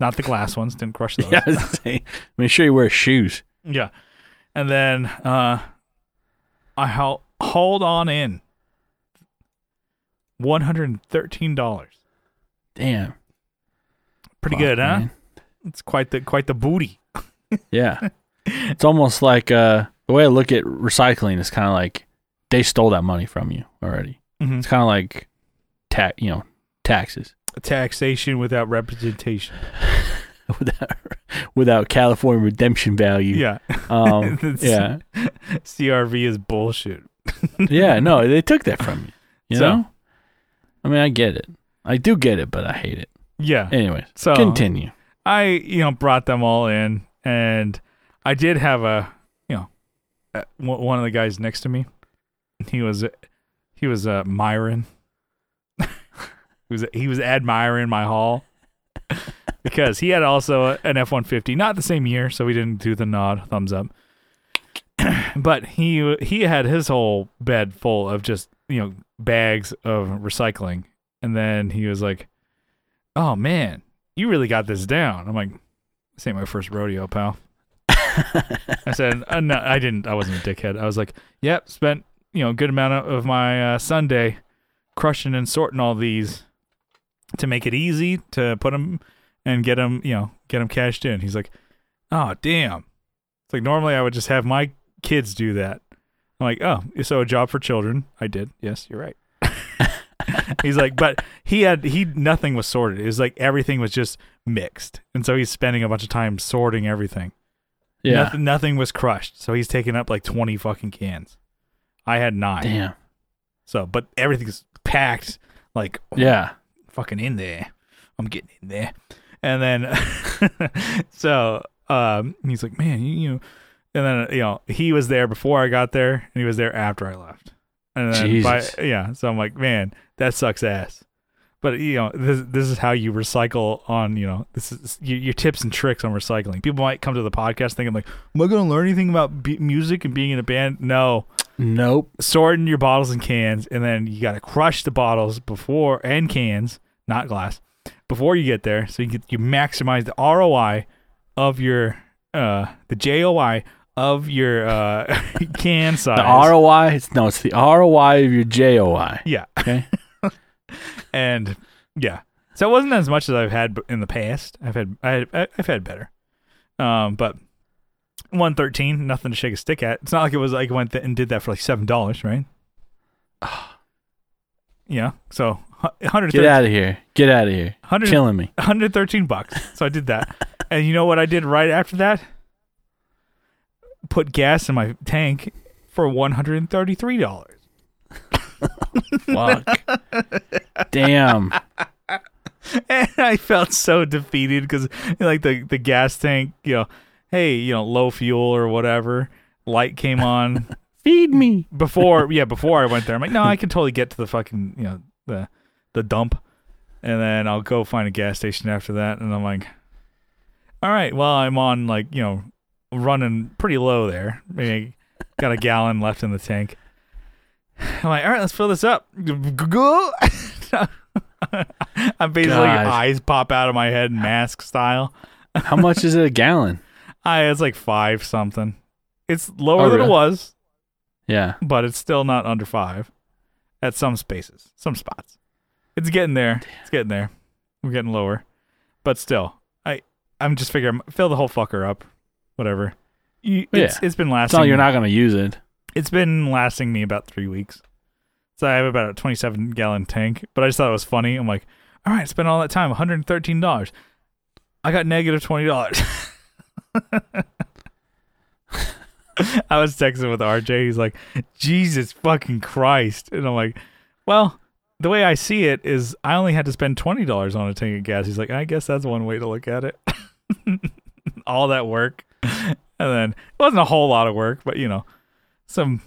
S1: Not the glass ones, didn't crush those.
S2: yeah. I was gonna say, Make sure you wear shoes.
S1: Yeah. And then uh I haul hauled on in one hundred and thirteen dollars.
S2: Damn.
S1: Pretty
S2: Fuck,
S1: good, huh?
S2: man.
S1: It's quite the quite the booty.
S2: Yeah. it's almost like uh, the way I look at recycling is kind of like they stole that money from you already.
S1: Mhm.
S2: It's kind of like tax, you know, taxes
S1: Taxation without representation.
S2: without without California redemption value.
S1: Yeah.
S2: Um,
S1: It's-
S2: yeah.
S1: CRV is bullshit.
S2: Yeah. No, they took that from you. You
S1: So-
S2: know. I mean, I get it. I do get it, but I hate it.
S1: Yeah.
S2: Anyways,
S1: So
S2: continue.
S1: I, you know, brought them all in and I did have a, you know, uh, one one of the guys next to me. He was he was uh, Myron. he was he was admiring my haul because he had also an F one fifty, not the same year, so we didn't do the nod thumbs up. but he he had his whole bed full of just you know bags of recycling, and then he was like, "Oh man, you really got this down." I'm like, "This ain't my first rodeo, pal." I said, uh, "No, I didn't. I wasn't a dickhead." I was like, "Yep, spent you know a good amount of, of my uh, Sunday crushing and sorting all these to make it easy to put them and get them, you know, get them cashed in. He's like, oh, damn. It's like normally I would just have my kids do that. I'm like, oh, so a job for children. I did. Yes, you're right. He's like, but he had he nothing was sorted. It was like everything was just mixed, and so he's spending a bunch of time sorting everything.
S2: Yeah.
S1: nothing, nothing was crushed, so he's taking up like twenty fucking cans. I had nine.
S2: Damn.
S1: So, but everything's packed, like
S2: Yeah.
S1: fucking in there. I'm getting in there. And then, so um, he's like, man, you, you know, and then, uh, you know, he was there before I got there and he was there after I left. And then, by,
S2: Jesus.
S1: yeah. So I'm like, man, that sucks ass. But, you know, this, this is how you recycle on, you know, this is your, your tips and tricks on recycling. People might come to the podcast thinking, like, am I going to learn anything about b- music and being in a band? No
S2: Nope.
S1: sorting your bottles and cans, and then you got to crush the bottles before and cans, not glass, before you get there, so you get, you maximize the ROI of your uh the JOI of your uh can size.
S2: The ROI. It's no. It's the ROI of your JOI.
S1: yeah,
S2: Okay.
S1: and yeah, so it wasn't as much as I've had b- in the past. I've had I had, I- I've had better, um, but. 113 nothing to shake a stick at it's not like it was like went th- and did that for like seven dollars right yeah so hu-
S2: Get
S1: 113
S2: out of here. Get out of here.
S1: 100
S2: Killing me.
S1: 113 bucks. So I did that. and you know what I did right after that? Put gas in my tank for $133.
S2: Fuck. Damn.
S1: And I felt so defeated cuz like the the gas tank, you know, hey, you know, low fuel or whatever. Light came on
S2: Feed me.
S1: before yeah, before I went there. I'm like, "No, I can totally get to the fucking, you know, the the dump." And then I'll go find a gas station after that and I'm like, all right, well, I'm on like, you know, running pretty low there. Maybe I got a gallon left in the tank. I'm like, all right, let's fill this up. I'm basically
S2: God.
S1: eyes pop out of my head, mask style.
S2: How much is it a gallon?
S1: I it's like five something. It's lower
S2: Oh,
S1: than
S2: really?
S1: it was,
S2: Yeah.
S1: but it's still not under five at some spaces, some spots. It's getting there. It's getting there. We're getting lower, but still, I I'm just figuring fill the whole fucker up, whatever. You, it's,
S2: Yeah.
S1: it's been
S2: It's not
S1: lasting.
S2: you're not gonna use it.
S1: It's been lasting me about three weeks, so I have about a 27 gallon tank. But I just thought it was funny. I'm like, all right, spent all that time, 113 dollars. I got negative twenty dollars. I was texting with RJ. He's like, Jesus fucking Christ. And I'm like, well, the way I see it is I only had to spend $20 on a tank of gas. He's like, I guess that's one way to look at it. All that work. And then it wasn't a whole lot of work, but you know, some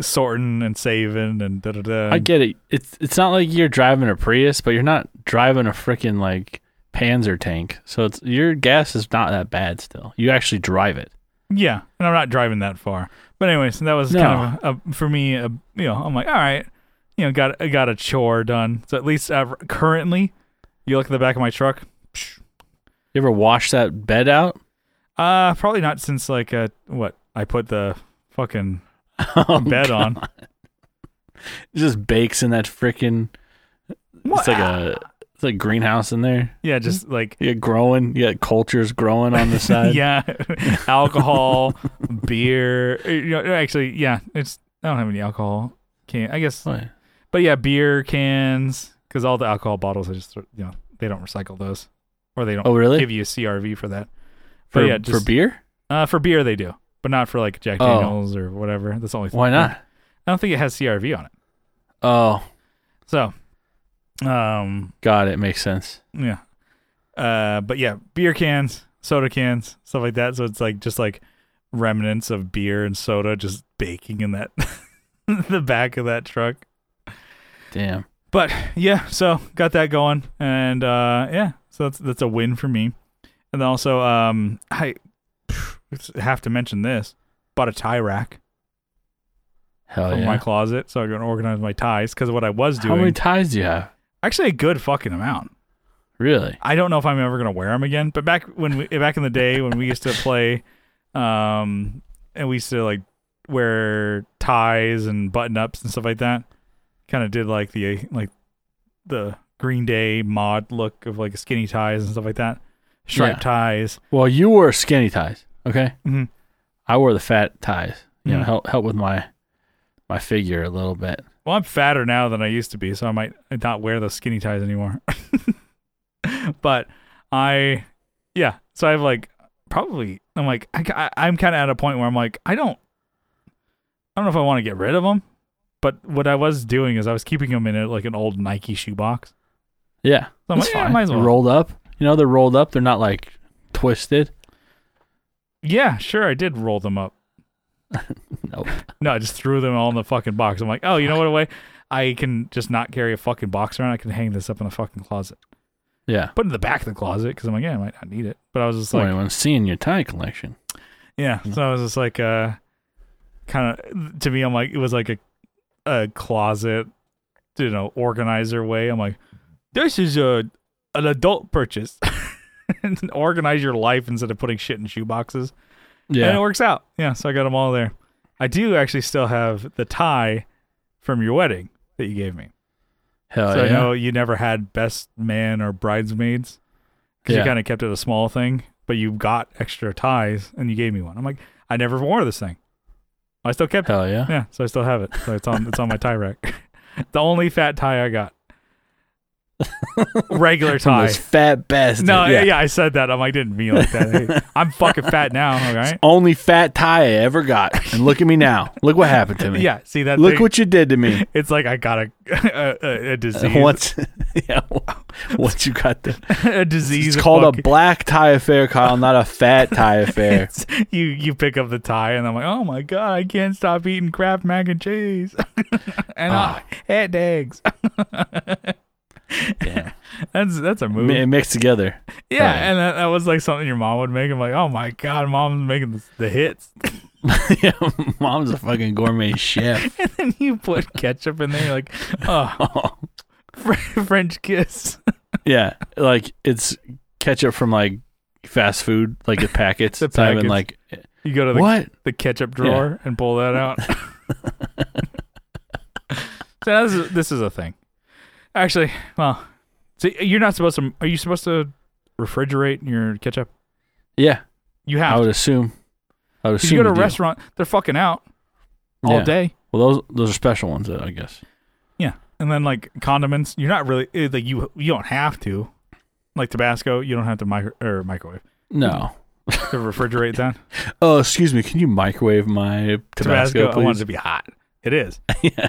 S1: sorting and saving and da da da.
S2: I get it. It's it's not like you're driving a Prius, but you're not driving a freaking like Panzer tank. So it's your gas is not that bad still. You actually drive it.
S1: Yeah, and I'm not driving that far. But anyways, that was
S2: No.
S1: kind of a, a, for me. A, you know, I'm like, all right, you know, got I got a chore done. So at least uh, currently, you look at the back of my truck. psh,
S2: You ever wash that bed out?
S1: Uh, probably not since like uh, what I put the fucking
S2: Oh,
S1: bed
S2: God.
S1: on.
S2: It just bakes in that freaking it's like a it's like greenhouse in there.
S1: yeah, just like
S2: You got growing, you got cultures growing on the side.
S1: yeah, alcohol, beer. uh, You know, actually, yeah, it's I don't have any alcohol. Can I guess
S2: What?
S1: But yeah, beer cans, because all the alcohol bottles, I just throw- you know they don't recycle those, or they don't
S2: Oh really?
S1: give you a CRV for that.
S2: for,
S1: but yeah, just,
S2: for beer?
S1: uh, for beer they do, but not for like Jack
S2: Oh.
S1: Daniels or whatever. That's the only.
S2: Why not?
S1: I don't think it has CRV on it.
S2: Oh,
S1: So, um,
S2: God, it makes sense.
S1: yeah, uh, but yeah, beer cans, soda cans, stuff like that. So it's like just like remnants of beer and soda just baking in that the back of that truck.
S2: Damn.
S1: but yeah, so got that going, and uh, yeah, so that's that's a win for me. And then also, um, I have to mention this: bought a tie rack
S2: Hell
S1: from
S2: Oh, yeah.
S1: my closet, so I can organize my ties. Because what I was
S2: How
S1: doing,
S2: many ties do you have?
S1: actually, a good fucking amount.
S2: Really?
S1: I don't know if I'm ever gonna wear them again. But back when we, back in the day when we used to play, um, and we used to like wear ties and button ups and stuff like that. kind of did like the like the Green Day mod look of like skinny ties and stuff like that, striped
S2: Yeah.
S1: ties.
S2: Well, you wore skinny ties, okay?
S1: Mhm.
S2: I wore the fat ties. You know,
S1: Mhm.
S2: help help with my my figure a little bit.
S1: Well, I'm fatter now than I used to be, so I might not wear those skinny ties anymore. but I, yeah, so I have like probably I'm like I, am kind of at a point where I'm like I don't, I don't know if I want to get rid of them. But what I was doing is I was keeping them in a, like an old Nike shoebox.
S2: Yeah,
S1: So I'm like, yeah, might as well.
S2: Rolled up. You know, they're rolled up. They're not like twisted.
S1: Yeah, sure, I did roll them up.
S2: Nope.
S1: No, I just threw them all in the fucking box. I'm like, oh, you know what? Away, I can just not carry a fucking box around. I can hang this up in the fucking closet.
S2: Yeah.
S1: Put it in the back of the closet because I'm like, yeah, I might not need it. But I was just
S2: So
S1: like,
S2: anyone's seeing your tie collection.
S1: yeah. So I was just like, uh, kind of to me, I'm like, it was like a a closet, you know, organizer way. I'm like, this is a an adult purchase. and organize your life instead of putting shit in shoe boxes. and it
S2: Yeah.
S1: works out. Yeah, so I got them all there. I do actually still have the tie from your wedding that you gave me.
S2: Hell
S1: so
S2: Oh, yeah.
S1: I know you never had best man or bridesmaids because
S2: Yeah.
S1: you kind of kept it a small thing, but you got extra ties and you gave me one. I'm like, I never wore this thing. I still kept
S2: Hell yeah.
S1: it. Yeah, so I still have it. So it's on it's on my tie rack. the only fat tie I got. Regular
S2: From
S1: tie.
S2: This fat bastard.
S1: No, yeah. yeah, I said that. I'm like, didn't mean like that. Hey, I'm fucking fat now. All right.
S2: Only fat tie I ever got. And look at me now. Look what happened to me.
S1: Yeah. See that.
S2: Look
S1: thing-
S2: what you Uh, did to me.
S1: It's like I got a a, a, a disease.
S2: Once, yeah, once you got the,
S1: a disease.
S2: it's
S1: of
S2: called a
S1: fucking-
S2: black tie affair, Kyle, not a fat tie affair.
S1: it's- you you pick up the tie and I'm like, oh my god, I can't stop eating Kraft mac and cheese and
S2: Ah.
S1: ah. head eggs.
S2: Yeah.
S1: That's that's a movie.
S2: Mi- mixed together.
S1: yeah,
S2: right.
S1: and that, that was like something your mom would make. I'm like, oh my god, mom's making the, the hits.
S2: yeah, mom's a fucking gourmet chef.
S1: and then you put ketchup in there, you're like, oh, Fr- French kiss.
S2: yeah, like it's ketchup from like fast food, like the packets.
S1: The
S2: It's not even,
S1: packets.
S2: like
S1: You go to the
S2: what?
S1: the ketchup drawer and pull that out. so this is, this is a thing. Actually, well, so you're not supposed to. Are you supposed to refrigerate your ketchup?
S2: Yeah,
S1: You
S2: I
S1: have.
S2: would assume. I would
S1: Because
S2: assume
S1: you go to
S2: you
S1: a
S2: do.
S1: restaurant, they're fucking out all
S2: Yeah.
S1: day.
S2: Well, those those are special ones, though, I guess.
S1: Yeah, and then like condiments, you're not really eh, like you. You don't have to. Like Tabasco, you don't have to micro or microwave
S2: No.
S1: to refrigerate that.
S2: Oh, excuse me. Can you microwave my Tabasco,
S1: I want it
S2: please?
S1: to be hot. It is.
S2: yeah.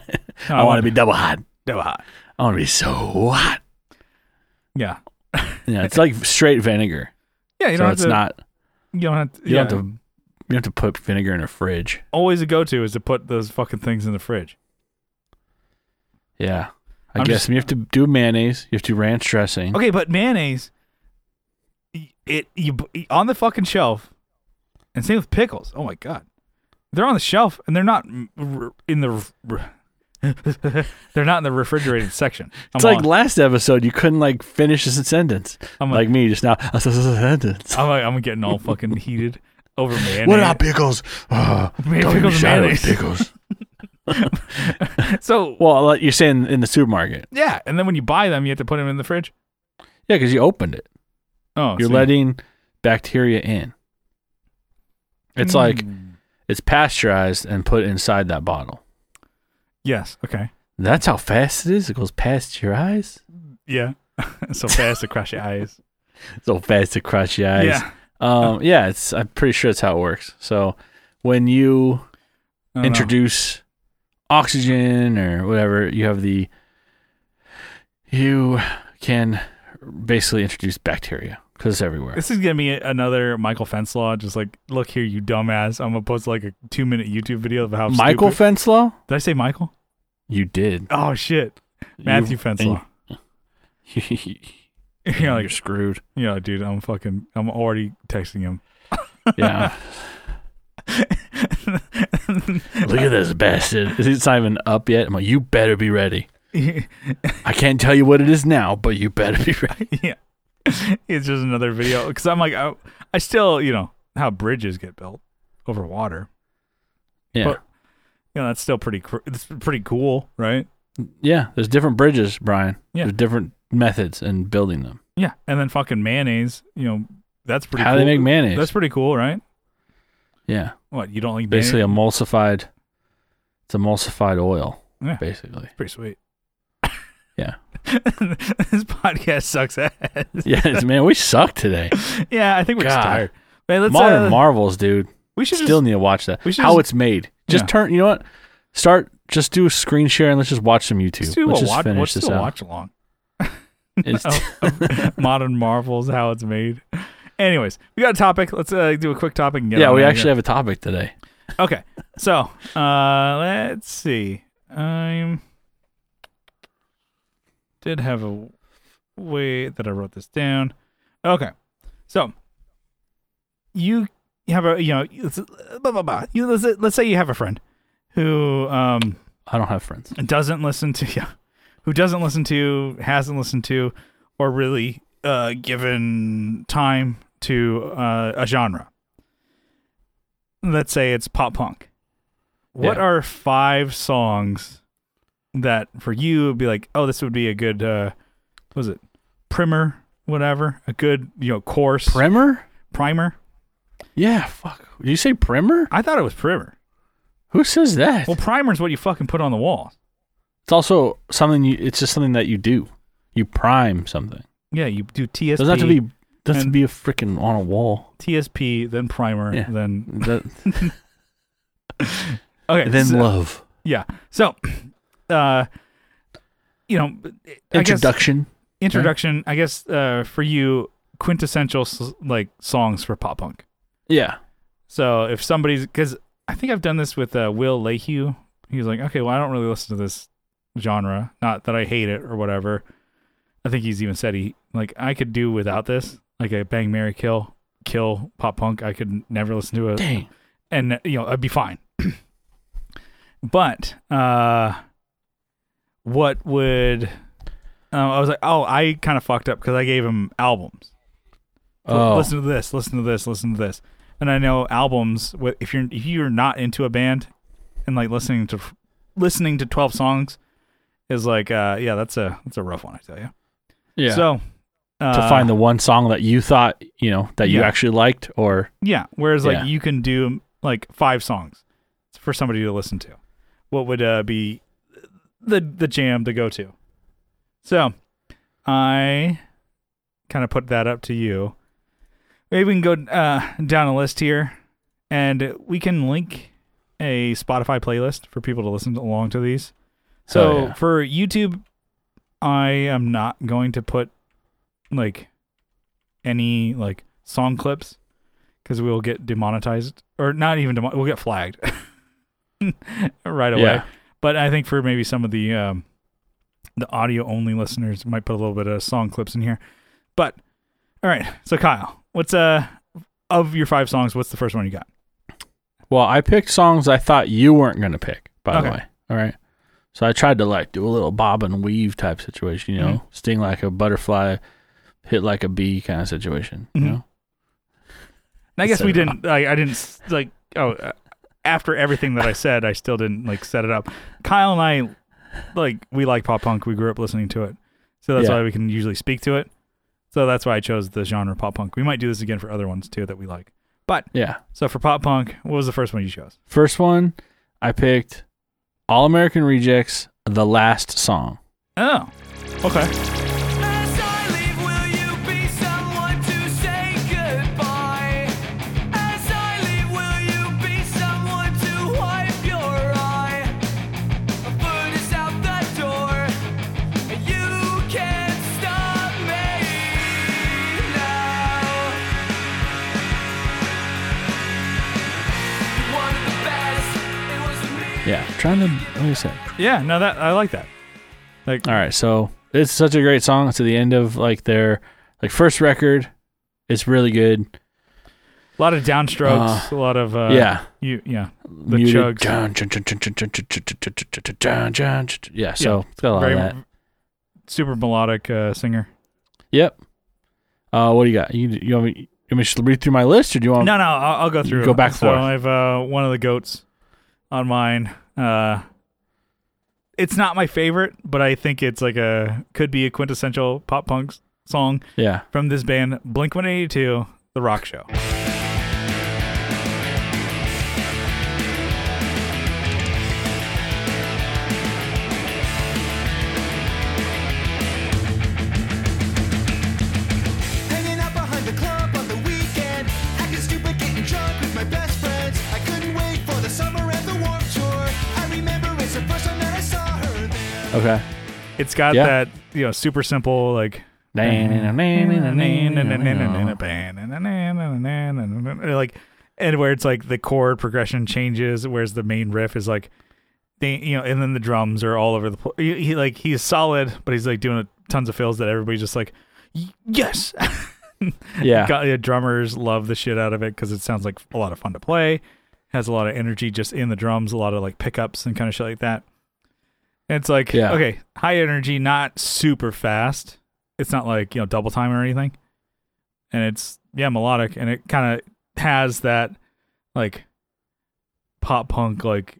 S1: No,
S2: I want to be double hot.
S1: double hot.
S2: I want to be so hot.
S1: Yeah,
S2: Yeah, it's like straight vinegar.
S1: yeah. You
S2: so
S1: don't
S2: it's
S1: have to.
S2: not.
S1: you don't have to.
S2: you don't
S1: yeah.
S2: have to- You don't have to put vinegar in a fridge.
S1: always a go-to is to put those fucking things in the fridge.
S2: Yeah, I
S1: I'm
S2: guess
S1: just-
S2: and you have to do mayonnaise. You have to do ranch dressing.
S1: Okay, but mayonnaise, y- it you b- on the fucking shelf, and same with pickles. Oh my god, they're on the shelf and they're not m- r- in the. r- they're not in the refrigerated section. I'm
S2: It's like
S1: on-
S2: last episode. You couldn't like finish this sentence.
S1: I'm
S2: like
S1: like,
S2: me just now. A sentence.
S1: I'm like I'm getting all fucking heated over mayonnaise.
S2: What about pickles? Uh,
S1: Maybe
S2: don't get me started
S1: pickles and
S2: with
S1: mayonnaise.
S2: pickles.
S1: so
S2: well, like you're saying in the supermarket.
S1: yeah, and then when you buy them, you have to put them in the fridge.
S2: Yeah, because you opened it.
S1: Oh,
S2: You're
S1: so-
S2: letting bacteria in. It's
S1: Hmm.
S2: like
S1: Mm.
S2: it's pasteurized and put inside that bottle.
S1: yes, okay,
S2: That's how fast it is. It goes past your eyes.
S1: yeah. so fast to crush your eyes.
S2: So fast to cross your eyes.
S1: Yeah,
S2: Um, yeah, it's. I'm pretty sure that's how it works. So when you
S1: I don't know.
S2: introduce oxygen or whatever, you have the. You can basically introduce bacteria because it's everywhere.
S1: This is gonna be another Michael Fence law. Just like, look here, you dumbass. I'm gonna post like a two minute YouTube video of how
S2: Michael
S1: Stupid.
S2: Fenslaw,
S1: Did I say Michael?
S2: you did
S1: Oh shit, Matthew Fence law.
S2: You,
S1: You're
S2: are
S1: like,
S2: screwed.
S1: yeah, dude. I'm fucking. I'm already texting him.
S2: Yeah. Look at this bastard. It's not even up yet. I'm like, you better be ready. I can't tell you what it is now, but you better be ready.
S1: yeah, it's just another video because I'm like, I, I still, you know, how bridges get built over water.
S2: Yeah.
S1: But- You know, that's still pretty. Cr- it's pretty cool, right?
S2: Yeah, there's different bridges, Brian.
S1: Yeah.
S2: There's different methods in building them.
S1: Yeah, and then fucking mayonnaise. You know, that's pretty.
S2: How
S1: cool.
S2: do they make mayonnaise?
S1: That's pretty cool, right?
S2: yeah,
S1: What you don't like?
S2: basically
S1: mayonnaise?
S2: emulsified. It's emulsified oil,
S1: Yeah.
S2: basically.
S1: pretty sweet.
S2: Yeah.
S1: this podcast sucks ass.
S2: Yeah, it's, man, we suck today.
S1: Yeah, I think we're just
S2: God.
S1: tired. Man, let's,
S2: Modern
S1: uh,
S2: Marvels, dude.
S1: we should
S2: Still
S1: just,
S2: need to watch that.
S1: we should
S2: How
S1: just-
S2: it's made. Just
S1: Yeah.
S2: turn. You know what? Start. Just do a screen share and let's just watch some YouTube.
S1: let's do
S2: let's
S1: a
S2: just
S1: watch.
S2: finish
S1: Let's
S2: this
S1: do a
S2: out.
S1: watch Oh, along.
S2: It's-
S1: Modern marvels, how it's made. Anyways, we got a topic. Let's uh, do a quick topic. And get
S2: yeah,
S1: on
S2: we
S1: out of
S2: actually have a topic today.
S1: here. okay. So uh, let's see. I did have a way that I wrote this down. Okay, so you have a you know it's- blah blah blah. You, let's, let's say you have a friend who um
S2: I don't have friends.
S1: doesn't listen to yeah, who doesn't listen to, hasn't listened to, or really uh, given time to uh, a genre. Let's say it's pop punk. What
S2: Yeah.
S1: are five songs that for you would be like, oh, this would be a good, uh, what was it primer, whatever, a good you know course
S2: Primer?
S1: primer.
S2: Yeah. Fuck. Did you say primer?
S1: I thought it was primer.
S2: Who says that?
S1: Well, primer is what you fucking put on the wall.
S2: It's also something you it's just something that you do. You prime something.
S1: Yeah, you do TSP,
S2: It doesn't have to be doesn't have to
S1: and-
S2: be a freaking on a wall.
S1: TSP, then primer,
S2: Yeah.
S1: then
S2: That,
S1: okay,
S2: then
S1: so-
S2: love.
S1: Yeah. So, uh, you know, I guess
S2: Introduction.
S1: introduction. I guess uh, for you, quintessential s- like songs for pop punk.
S2: Yeah.
S1: So if somebody's because I think I've done this with uh, Will Lehue. He was like, okay, well, I don't really listen to this genre. Not that I hate it or whatever. I think he's even said he like I could do without this. Like a bang, Mary kill, kill pop punk. I could never listen to it
S2: Dang.
S1: and you know I'd be fine. but uh, what would uh, I was like? Oh, I kind of fucked up because I gave him albums. So,
S2: Oh.
S1: Listen to this. Listen to this. Listen to this. And I know albums. wi- If you're if you're not into a band, and like listening to listening to twelve songs is like uh yeah that's a that's a rough one I tell you.
S2: Yeah.
S1: So uh,
S2: to find the one song that you thought, you know, that you
S1: Yeah.
S2: actually liked or
S1: Yeah. Whereas like
S2: Yeah.
S1: you can do like five songs for somebody to listen to. What would uh, be the the jam to go to? So I kind of put that up to you. Maybe we can go uh, down a list here, and we can link a Spotify playlist for people to listen along to these. So
S2: Hell oh, yeah.
S1: for YouTube, I am not going to put like any like song clips because we will get demonetized or not even demon- we'll get flagged right away.
S2: Yeah.
S1: But I think for maybe some of the um, the audio only listeners, might put a little bit of song clips in here. But all right, so Kyle, what's uh of your five songs? What's the first one you got?
S2: Well, I picked songs I thought you weren't going to pick, by
S1: Okay.
S2: the way. All right. So I tried to like do a little bob and weave type situation, you know,
S1: Mm-hmm.
S2: sting like a butterfly, hit like a bee kind of situation,
S1: Mhm.
S2: you know?
S1: And I guess
S2: Set
S1: we
S2: it up.
S1: didn't. I, I didn't s- like. Oh, uh, after everything that I said, I still didn't like set it up. Kyle and I, like, we like pop punk. We grew up listening to it, so that's
S2: Yeah.
S1: why we can usually speak to it. So that's why I chose the genre pop punk. We might do this again for other ones too that we like. But
S2: Yeah.
S1: so for pop punk, what was the first one you chose?
S2: First one, I picked All American Rejects, the last song.
S1: Oh, okay.
S3: As I leave, will you be someone to say goodbye? As I leave, will you be someone to wipe your eye? My foot is out the door, and you can't stop me now. One of the best, it was me.
S2: Yeah. Trying to, what do you say?
S1: Yeah, no, that I like that. Like,
S2: All right. So it's such a great song. It's at the end of like their like first record. It's really good.
S1: a lot of downstrokes, a lot of uh,
S2: yeah.
S1: you yeah, the
S2: Muted.
S1: chugs.
S2: Dun, dun, dun, dun, dun, dun, dun, dun, dun, dun, dun, dun, dun, dun. Yeah. So
S1: Yeah.
S2: it's got a lot
S1: very
S2: of that.
S1: super melodic uh, singer.
S2: Yep. Uh, what do you got? You, you want me? You want me to read through my list, or do you want?
S1: No, no, I'll, I'll go through.
S2: Um, go back
S1: so
S2: forth.
S1: I have uh, one of the goats on mine. Uh, it's not my favorite, but I think it's like a could be a quintessential pop punk s- song
S2: Yeah.
S1: from this band Blink 182, The Rock Show.
S4: Hanging out behind the club on the weekend, acting stupid, getting drunk with my best friends. I couldn't wait for the summer and the warm tour. I remember it's the first time that I saw her there.
S2: Okay.
S1: It's got
S2: Yeah.
S1: that you know super simple like like and where it's like the chord progression changes whereas the main riff is like they, you know and then the drums are all over the place he, he, like he's solid but he's like doing tons of fills that everybody's just like "Y- yes
S2: Yeah.
S1: Got, yeah, drummers love the shit out of it because it sounds like a lot of fun to play. Has a lot of energy just in the drums, a lot of like pickups and kind of shit like that. And it's like
S2: Yeah.
S1: okay, high energy, not super fast. It's not like you know double time or anything. And it's yeah melodic, and it kind of has that like pop punk like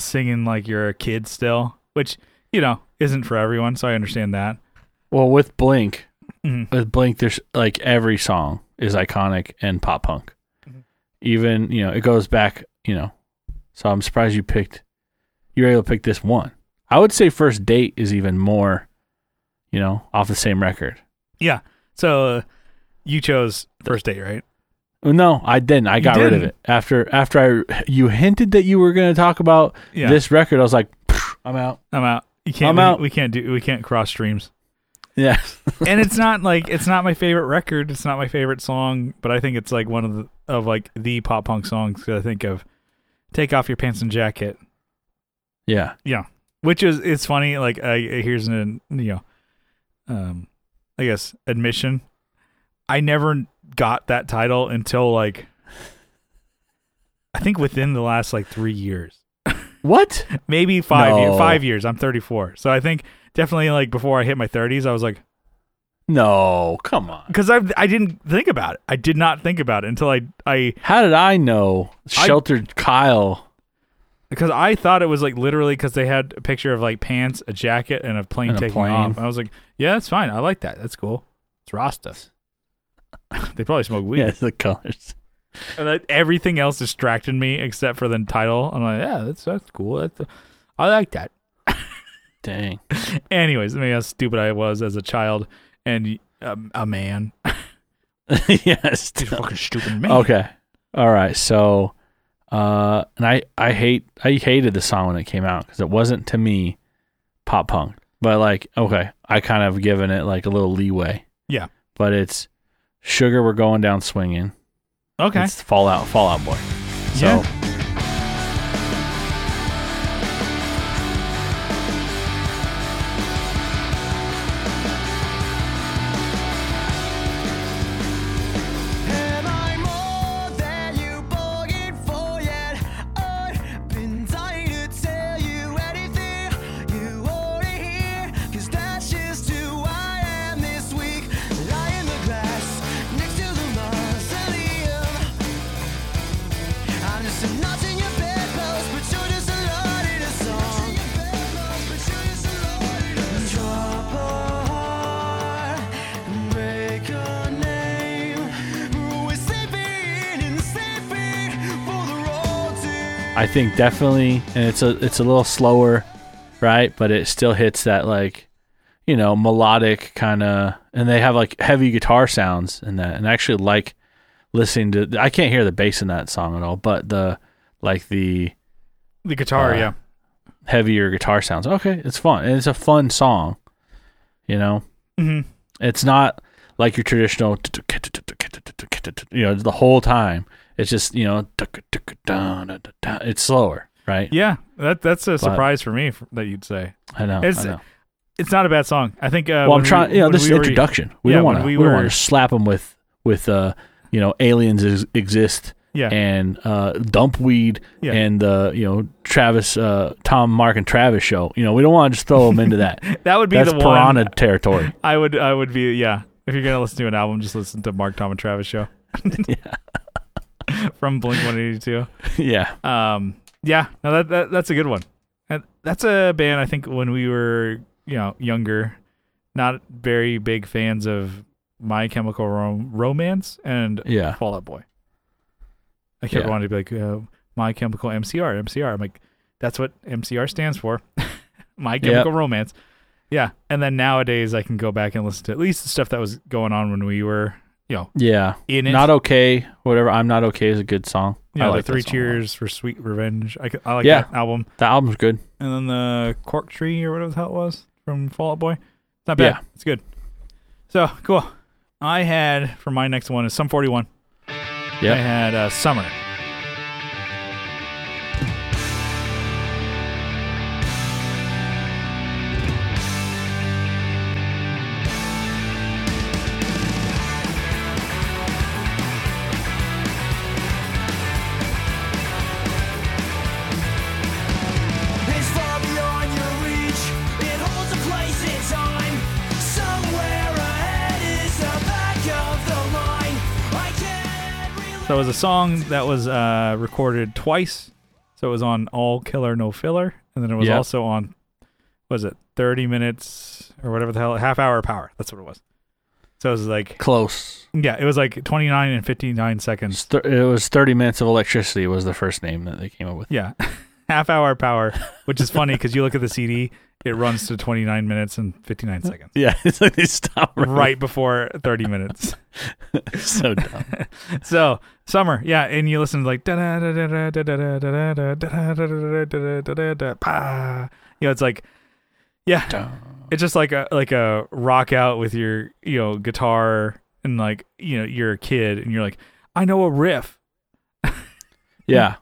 S1: singing like you're a kid still, which you know isn't for everyone. So I understand that.
S2: Well, with Blink,
S1: Mhm.
S2: with Blink, there's like every song is iconic and pop punk. Even you know it goes back. You know, so I'm surprised you picked. You were able to pick this one. I would say first date is even more. You know, off the same record.
S1: Yeah. So uh, you chose first date, right?
S2: No, I didn't. I got rid of
S1: didn't.
S2: it after after I you hinted that you were going to talk about
S1: Yeah.
S2: this record. I was like, "Pfft, I'm out.
S1: I'm out. You can't.
S2: I'm
S1: we,
S2: out.
S1: we can't do. We can't cross streams.
S2: Yeah,
S1: and it's not like it's not my favorite record. It's not my favorite song, but I think it's like one of the of like the pop punk songs that I think of. Take off your pants and jacket.
S2: yeah,
S1: Yeah, which is it's funny. Like I here's an you know, um, I guess admission. I never got that title until like I think within the last like three years.
S2: what?
S1: maybe five
S2: No.
S1: year, five years. I'm 34, so I think definitely like before I hit my 30s, I was like,
S2: No, come on.
S1: because I I didn't think about it. I did not think about it until I I
S2: How did I know? Sheltered Kyle.
S1: because I thought it was like literally because they had a picture of like pants, a jacket, and a plane
S2: And a
S1: taking
S2: plane.
S1: off. I was like, yeah, that's fine. I like that. That's cool. It's Rasta. they probably smoke weed.
S2: Yeah, the colors.
S1: And that, everything else distracted me except for the title. I'm like, yeah, that's that's cool. That's, I like that.
S2: Dang.
S1: Anyways, I mean, how stupid I was as a child and um, a man.
S2: yes.
S1: fucking stupid man.
S2: Okay. All right. So, uh, and I, I hate, I hated the song when it came out because it wasn't to me pop punk, but like, okay, I kind of given it like a little leeway.
S1: Yeah.
S2: But it's sugar. We're going down swinging.
S1: Okay.
S2: It's Fallout, Fallout Boy. So.
S1: Yeah.
S4: Am I more than you bargained for yet? I've been dying to tell you anything you ought to hear. 'Cause that's just who I am this week. Lie in the glass next to the mausoleum. I'm just a knot in your bedpost, but you're just a lot in a song. Drop a heart and break a name. We're sleeping and sleeping for the road to.
S2: I think definitely, and it's a it's a little slower, right? But it still hits that like, you know, melodic kind of, and they have like heavy guitar sounds in that, and I actually like listening to. I can't hear the bass in that song at all, but the like the
S1: The guitar,
S2: Uh,
S1: yeah.
S2: heavier guitar sounds. Okay, it's fun. And it's a fun song, you know.
S1: Mhm.
S2: It's not like your traditional, you know, the whole time. It's just you know, it's slower, right?
S1: Yeah, that that's a surprise for me f- that you'd say.
S2: I know.
S1: It's-
S2: I know.
S1: It's not a bad song. I think. Uh,
S2: well,
S1: when
S2: I'm
S1: we-
S2: trying. you know,
S1: when
S2: this
S1: we
S2: is
S1: were-
S2: introduction. We
S1: yeah,
S2: don't want
S1: when
S2: to.
S1: we
S2: We, don't
S1: were-
S2: want to slap them with with uh, you know, aliens is, exist
S1: Yeah,
S2: and uh, dump weed
S1: Yeah.
S2: and the you know Travis, uh, Tom, Mark, and Travis show. You know, we don't want to just throw them into that.
S1: that would be
S2: That's
S1: the
S2: piranha
S1: one.
S2: territory.
S1: I would. I would be. Yeah, if you're gonna listen to an album, just listen to Mark, Tom, and Travis show. From Blink 182.
S2: yeah.
S1: Um. Yeah. No. That, that that's a good one. And that's a band I think when we were, you know, younger, not very big fans of My Chemical Rom- Romance and
S2: Yeah.
S1: Fall Out Boy. I kept
S2: Yeah.
S1: wanting to be like uh, My Chemical MCR, MCR. I'm like, that's what MCR stands for. My Chemical Romance. Yeah. And then nowadays I can go back and listen to at least the stuff that was going on when we were, you know,
S2: Yeah.
S1: in it.
S2: Not okay. Whatever. I'm not okay is a good song.
S1: you know,
S2: I
S1: the
S2: like that
S1: Three
S2: song a lot.
S1: Cheers for Sweet Revenge. I, c- I like
S2: Yeah.
S1: that album.
S2: The album's good.
S1: and then the cork tree or whatever the hell it was from Fall Out Boy. It's not bad.
S2: Yeah.
S1: It's good. So cool. I had for my next one is Sum 41. I
S2: Yeah.
S1: had uh, Summer.
S4: It's far beyond your reach. It holds a place in time. Somewhere ahead is the back of the line. I can't relate.
S1: So it was a song that was uh, recorded twice. So it was on All Killer No Filler, and then it was
S2: Yeah.
S1: also on what was it 30 minutes or whatever the hell half hour power. That's what it was. So it was like
S2: Close.
S1: yeah, it was like 29 and 59 seconds.
S2: It's thir- It was 30 minutes of electricity was the first name that they came up with.
S1: Yeah. Half hour power, which is funny because you look at the CD, it runs to 29 minutes and 59 seconds.
S2: Yeah, it's like they stopped
S1: Right before 30 minutes.
S2: so dumb.
S1: So, summer, yeah, and you listen to like da da da da da da da da da da da da da da da da da pa. You know, it's like yeah, it's just like a like a rock out with your, you know, guitar and like, you know, you're a kid and you're like, I know a riff.
S2: Yeah,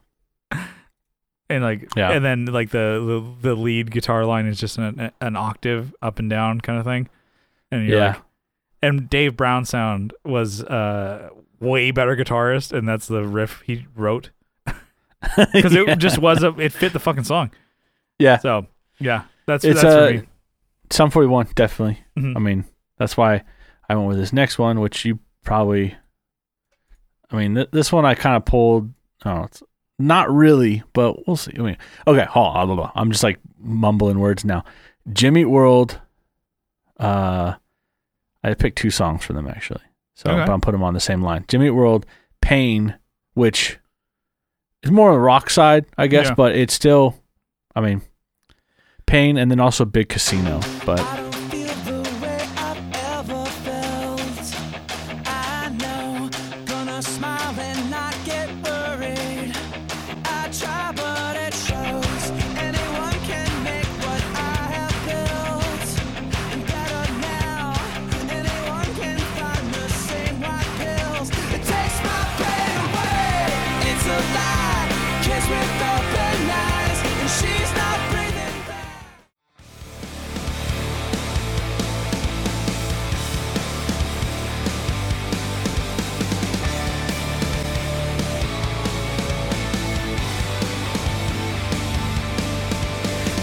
S1: and like
S2: Yeah.
S1: and then like the, the the lead guitar line is just an an octave up and down kind of thing and you're
S2: yeah,
S1: like and Dave Brown sound was uh way better guitarist and that's the riff he wrote cuz
S2: Yeah.
S1: it just was a it fit the fucking song
S2: yeah.
S1: so yeah that's
S2: It's uh,
S1: that's
S2: a-
S1: for me
S2: Some 41, definitely.
S1: Mhm.
S2: I mean, that's why I went with this next one, which you probably. I mean, th- this one I kind of pulled. Oh, it's not really, but we'll see. I mean, okay, hold on. Blah, blah, blah. I'm just like mumbling words now. Jimmy Eat World. Uh, I picked two songs from them actually, so
S1: Okay.
S2: but I'm putting them on the same line. Jimmy Eat World, Pain, which is more on the rock side, I guess,
S1: Yeah.
S2: but it's still. I mean, Pain, and then also Big Casino, but.
S4: I don't feel the way I've ever felt. I know, gonna smile and not get worried. I try, but it shows. Anyone can make what I have built. And better now, anyone can find the same white pills. It takes my pain away. It's a lie. Kiss with open eyes, and she's not breathing back.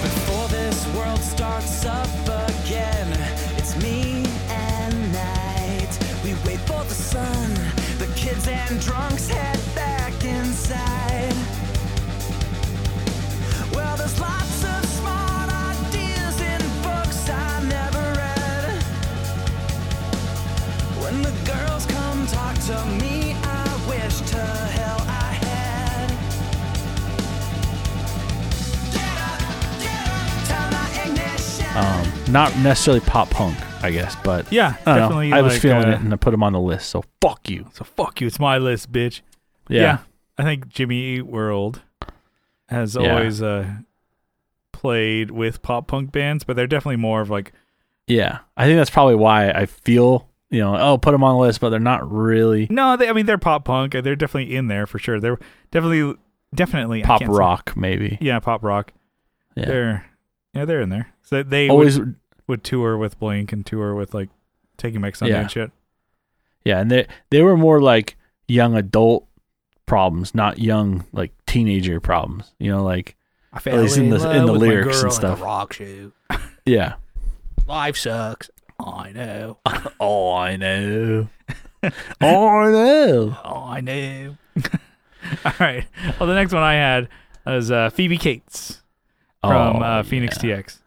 S4: Before this world starts up again, it's me and night. We wait for the sun, the kids and drunks head back inside. Well, there's lots of smart ideas in books I never read. When the girls come talk to me, I wish to hell I had. Get up, get up, turn the ignition.
S2: um, not necessarily pop punk, I guess, but
S1: yeah
S2: I, don't
S1: definitely
S2: know. I was
S1: like,
S2: feeling
S1: uh,
S2: it and I put them on the list. So fuck you.
S1: so fuck you it's my list bitch
S2: Yeah,
S1: I think Jimmy Eat World has
S2: Yeah.
S1: always uh played with pop punk bands but they're definitely more of like
S2: Yeah. I think that's probably why I feel you know oh put them on the list, but they're not really
S1: No, they, I mean they're pop punk. uh, They're definitely in there for sure. They're definitely definitely I
S2: pop
S1: can't say-
S2: rock maybe.
S1: yeah, pop rock.
S2: Yeah.
S1: They're yeah, they're in there. So they always
S2: Always
S1: would, would tour with Blink and tour with like Taking Back Sunday
S2: Yeah.
S1: and shit.
S2: yeah, and they they were more like young adult problems, not young like teenager problems. You know, like
S1: I
S2: at least in the in the lyrics and stuff.
S5: rock shoe.
S2: Yeah.
S5: Life sucks. I know.
S2: Oh, I know. oh, I know.
S5: I know.
S1: All right. Well, the next one I had was uh, Phoebe Cates. from
S2: Oh,
S1: uh, Phoenix TX.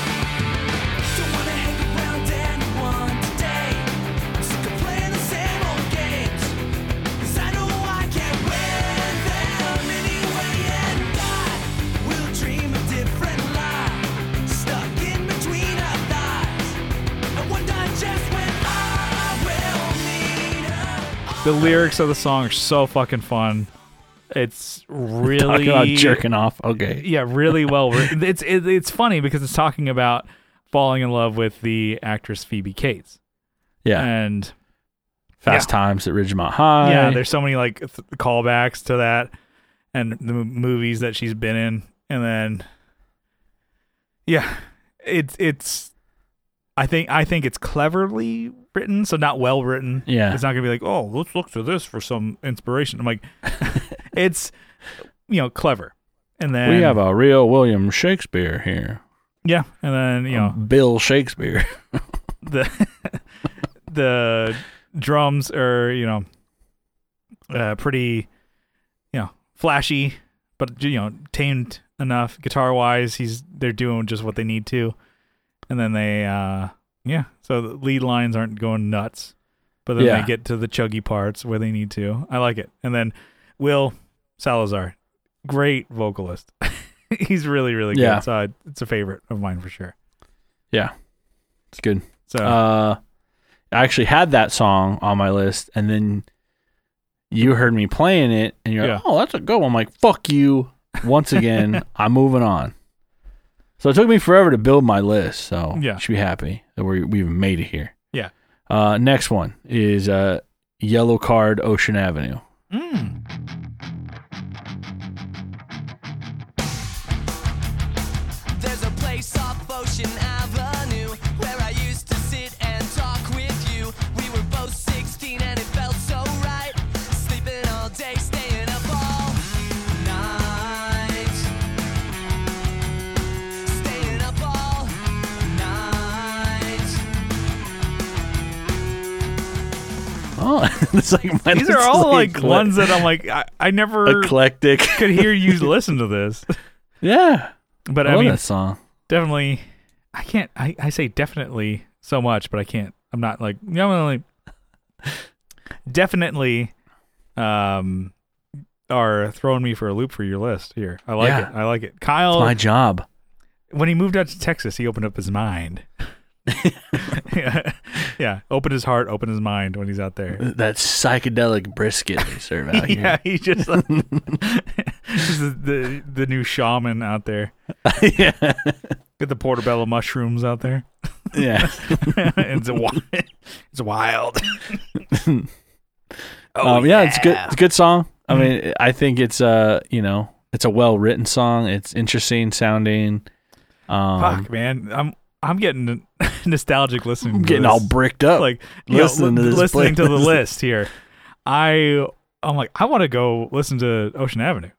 S3: Don't wanna hang around anyone today. I'm sick of playing the same old games. 'Cause I know I can't win them anyway, and I will dream a different lie. Stuck in between our lies. I wonder just when I will need her.
S1: The lyrics of the song are so fucking fun. It's
S2: Talking
S1: really
S2: about jerking off. Okay.
S1: yeah, really well written. It's it, it's funny because it's talking about falling in love with the actress Phoebe Cates,
S2: Yeah.
S1: and
S2: Fast Times at Ridgemont High.
S1: yeah, there's so many like th- callbacks to that and the m- movies that she's been in, and then yeah, it's it's. I think I think it's cleverly written, so not well written.
S2: Yeah.
S1: it's not gonna be like, oh, let's look to this for some inspiration. I'm like, it's you know clever, and then
S2: we have a real William Shakespeare here.
S1: yeah, and then you know
S2: Bill Shakespeare.
S1: the the drums are you know uh, pretty you know flashy but you know tamed enough guitar wise he's they're doing just what they need to and then they uh yeah so the lead lines aren't going nuts but then
S2: Yeah.
S1: they get to the chuggy parts where they need to i like it and then will salazar great vocalist he's really really good
S2: Yeah.
S1: so I, it's a favorite of mine for sure
S2: yeah. It's good.
S1: so
S2: Uh, I actually had that song on my list, and then you heard me playing it, and you're
S1: Yeah.
S2: like, "Oh, that's a good one." I'm like, "Fuck you!" Once again, I'm moving on. So it took me forever to build my list. So
S1: Yeah.
S2: you should be happy that we we've made it here.
S1: Yeah.
S2: Uh, next one is uh, Yellow Card Ocean Avenue.
S1: hmm.
S4: There's a place off Ocean Avenue where I used to sit and talk with you. We were both 16 and it felt so right. Sleeping all day, staying up all night. Staying up all night.
S2: Oh, it's like my
S1: These
S2: list
S1: are
S2: is
S1: all like
S2: what-
S1: ones that I'm like, I, I never
S2: eclectic.
S1: could hear you listen to this.
S2: yeah,
S1: But
S2: I,
S1: I,
S2: love
S1: mean,
S2: that song.
S1: definitely, I can't, I, I say definitely so much, but I can't, I'm not like, I'm only, definitely, um, are throwing me for a loop for your list here. I like
S2: Yeah.
S1: it. I like it.
S2: It's
S1: Kyle,
S2: my job.
S1: when he moved out to Texas, he opened up his mind. yeah. yeah. Open his heart, open his mind when he's out there.
S2: That psychedelic brisket they serve out here.
S1: Yeah, he's just like, he's the, the the new shaman out there.
S2: yeah.
S1: Get the portobello mushrooms out there.
S2: Yeah.
S1: it's wild. It's wild. oh Mm-hmm.
S2: um, yeah, it's good. It's a good song. I mean, I think it's uh, you know, it's a well written song. It's interesting sounding. Um,
S1: Fuck, man. I'm I'm getting nostalgic listening.
S2: I'm
S1: to
S2: getting
S1: this.
S2: all bricked up.
S1: like you know,
S2: listening to
S1: li-
S2: this
S1: listening to the
S2: playlist.
S1: list here. I I'm like I want to go listen to Ocean Avenue.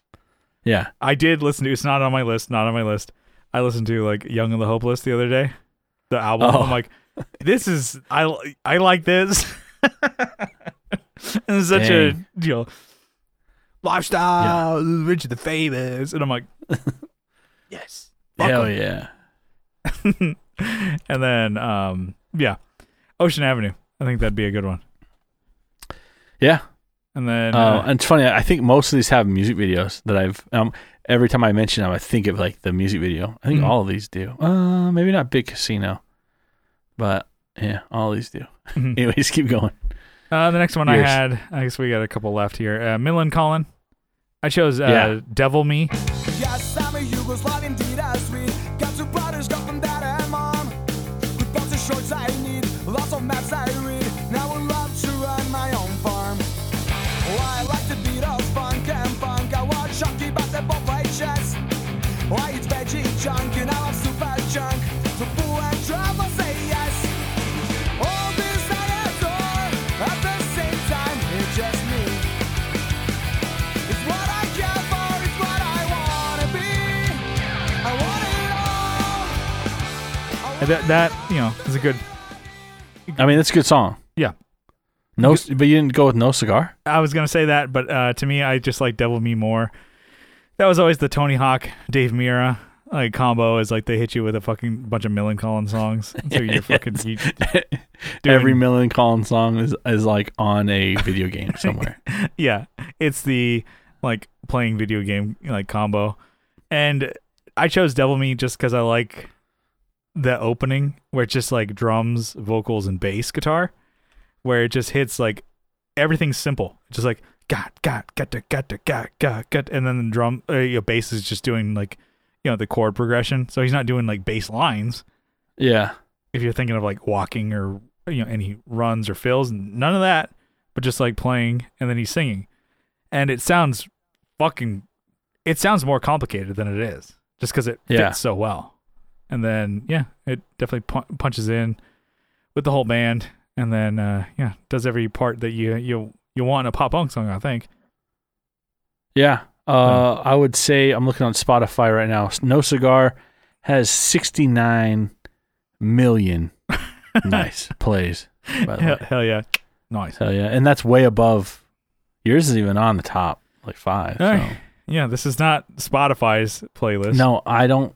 S2: yeah,
S1: I did listen to. It's not on my list. Not on my list. I listened to like Young and the Hopeless the other day, the album.
S2: Oh.
S1: I'm like, this is I I like this. and it's such
S2: Dang.
S1: a you know lifestyle, rich and the famous, and I'm like, yes, fuck
S2: hell
S1: 'em.
S2: yeah.
S1: And then um yeah, Ocean Avenue. I think that'd be a good one.
S2: Yeah.
S1: And then
S2: Uh,
S1: uh,
S2: and it's funny. I think most of these have music videos that I've. Um, every time I mention them, I think of like the music video. I think
S1: Mhm.
S2: all of these do. Uh, maybe not Big Casino, but yeah, all these do.
S1: Mhm.
S2: Anyways, keep going.
S1: uh, the next one I
S2: yours.
S1: had. I guess we got a couple left here. Uh, Millen Colin. I chose uh,
S2: Yeah.
S1: Devil Me.
S4: Yes, I'm a Yugoslav, indeed I sweet. Got two brothers, got from dad and mom. Good box of shorts I need, lots of maps I read. Now I love to run my own farm. Oh, I like to beat up funk and funk. I watch chunky basketball play chess. Oh, I eat veggie junk and now I'm super junk. So fool and travel say yes. All this I adore. At the same time, it's just me.
S1: And that that you know is a good.
S2: I mean, it's a good song.
S1: Yeah.
S2: No, but you didn't go with no cigar.
S1: I was gonna say that, but uh, to me, I just like Devil Me More. That was always the Tony Hawk Dave Mira like combo. Is like they hit you with a fucking bunch of Millen Collins songs, so you're fucking you-
S2: Every
S1: doing-
S2: Millen Collins song is, is like on a video game somewhere.
S1: yeah, it's the like playing video game like combo, and I chose Devil Me just because I like the opening where it's just like drums, vocals, and bass guitar, where it just hits like everything's simple, just like got got got to got to got got got, and then the drum uh, your bass is just doing like you know the chord progression, so he's not doing like bass lines.
S2: yeah.
S1: If you're thinking of like walking or you know any runs or fills, none of that but just like playing and then he's singing. And it sounds fucking it sounds more complicated than it is just cuz it
S2: Yeah.
S1: fits so well. And then yeah, it definitely pu- punches in with the whole band and then uh yeah, does every part that you you you want in a pop punk song, I think.
S2: Yeah. Uh, I would say I'm looking on Spotify right now. No Cigar has 69 million nice plays. By the
S1: Hell,
S2: way.
S1: hell yeah. Nice.
S2: Hell yeah. And that's way above. Yours is even on the top, like five.
S1: All
S2: so.
S1: right. Yeah, this is not Spotify's playlist.
S2: No, I don't.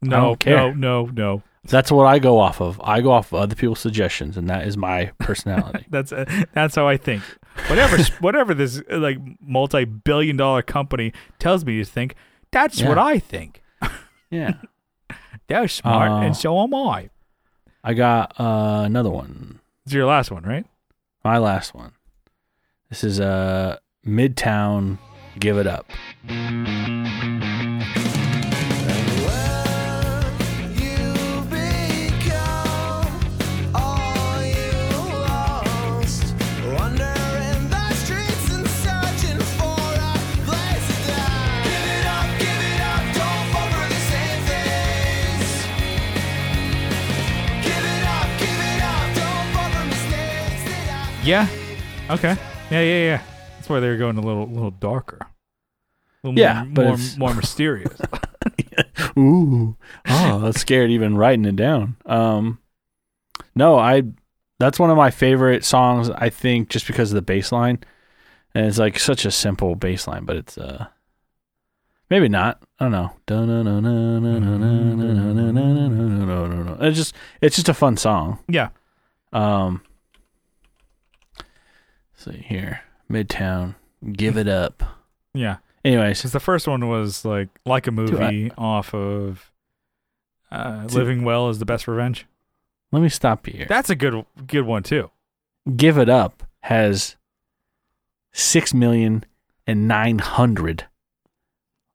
S1: no,
S2: don't care.
S1: no, no, no.
S2: That's what I go off of. I go off of other people's suggestions, and that is my personality.
S1: That's uh, that's how I think. Whatever whatever this uh, like multi-billion dollar company tells me to think, that's what
S2: Yeah.
S1: I think.
S2: yeah.
S1: They're smart
S2: Oh.
S1: and so am I.
S2: I got uh, another one.
S1: It's your last one, right?
S2: My last one. This is uh, Midtown Give It Up.
S4: You become all you lost, wandering the streets and searching for a place to die. Give it up, give it up, don't fall for the same things. Give it up, give it up, don't fall for mistakes that I.
S1: Yeah. Okay. Yeah, yeah, yeah. That's why they're going a little little darker. A little
S2: Yeah,
S1: more
S2: but
S1: more,
S2: it's-
S1: more mysterious.
S2: Ooh. Oh, that's scared even writing it down. Um No, I that's one of my favorite songs, I think, just because of the bass line. And it's like such a simple bass line, but it's uh maybe not. I don't know. Dun-dun-dun-dun-dun-dun-dun-dun-dun-dun-dun-dun-dun-dun. It's just it's just a fun song.
S1: yeah.
S2: Um let's see here. Midtown. Give it up.
S1: Yeah.
S2: Anyways,
S1: Cuz the first one was like like a movie off of uh,
S2: Dude.
S1: Living Well is the Best Revenge.
S2: let me stop you here.
S1: That's a good good one too.
S2: Give It Up has six million and nine hundred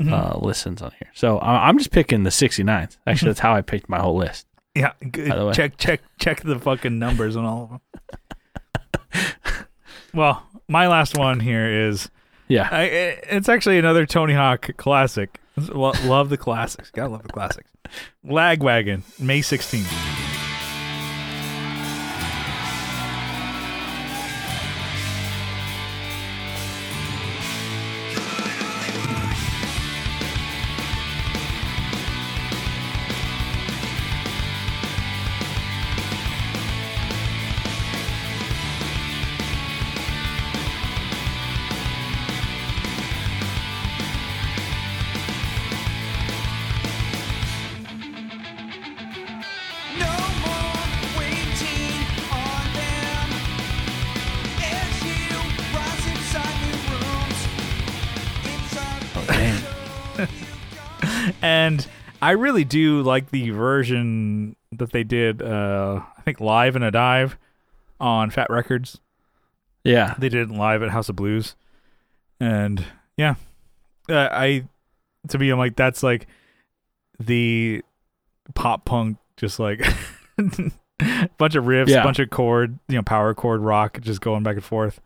S1: Mm-hmm. Hmm.
S2: uh, listens on here. So I- I'm just picking the 69th. Actually, that's how I picked my whole list.
S1: Yeah, good.
S2: By the way.
S1: check check check the fucking numbers on all of them. well, my last one here is
S2: Yeah,
S1: I, i- it's actually another Tony Hawk classic. Lo- love the classics. Gotta love the classics. Lagwagon, May 16th.
S4: No more waiting on them. As you rise inside new rooms,
S2: damn.
S1: And I really do like the version that they did, uh, I think, live in a dive on Fat Records.
S2: yeah.
S1: they did it live at House of Blues, and yeah, uh, I to me I'm like that's like the pop punk just like bunch of riffs,
S2: Yeah.
S1: bunch of chord, you know, power chord rock, just going back and forth,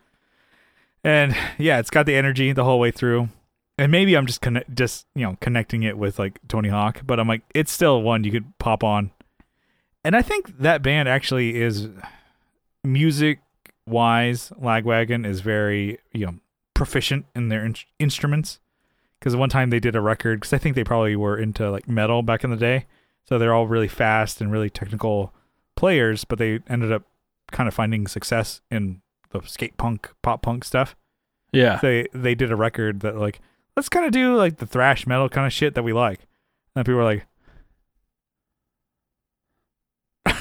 S1: and yeah, it's got the energy the whole way through. And maybe I'm just connect, just you know, connecting it with like Tony Hawk, but I'm like, it's still one you could pop on. And I think that band actually is music wise lagwagon is very you know proficient in their in- instruments because one time they did a record because i think they probably were into like metal back in the day So they're all really fast and really technical players, but they ended up kind of finding success in the skate punk, pop punk stuff.
S2: Yeah.
S1: They they did a record that like let's kind of do like the thrash metal kind of shit that we like. And people were like,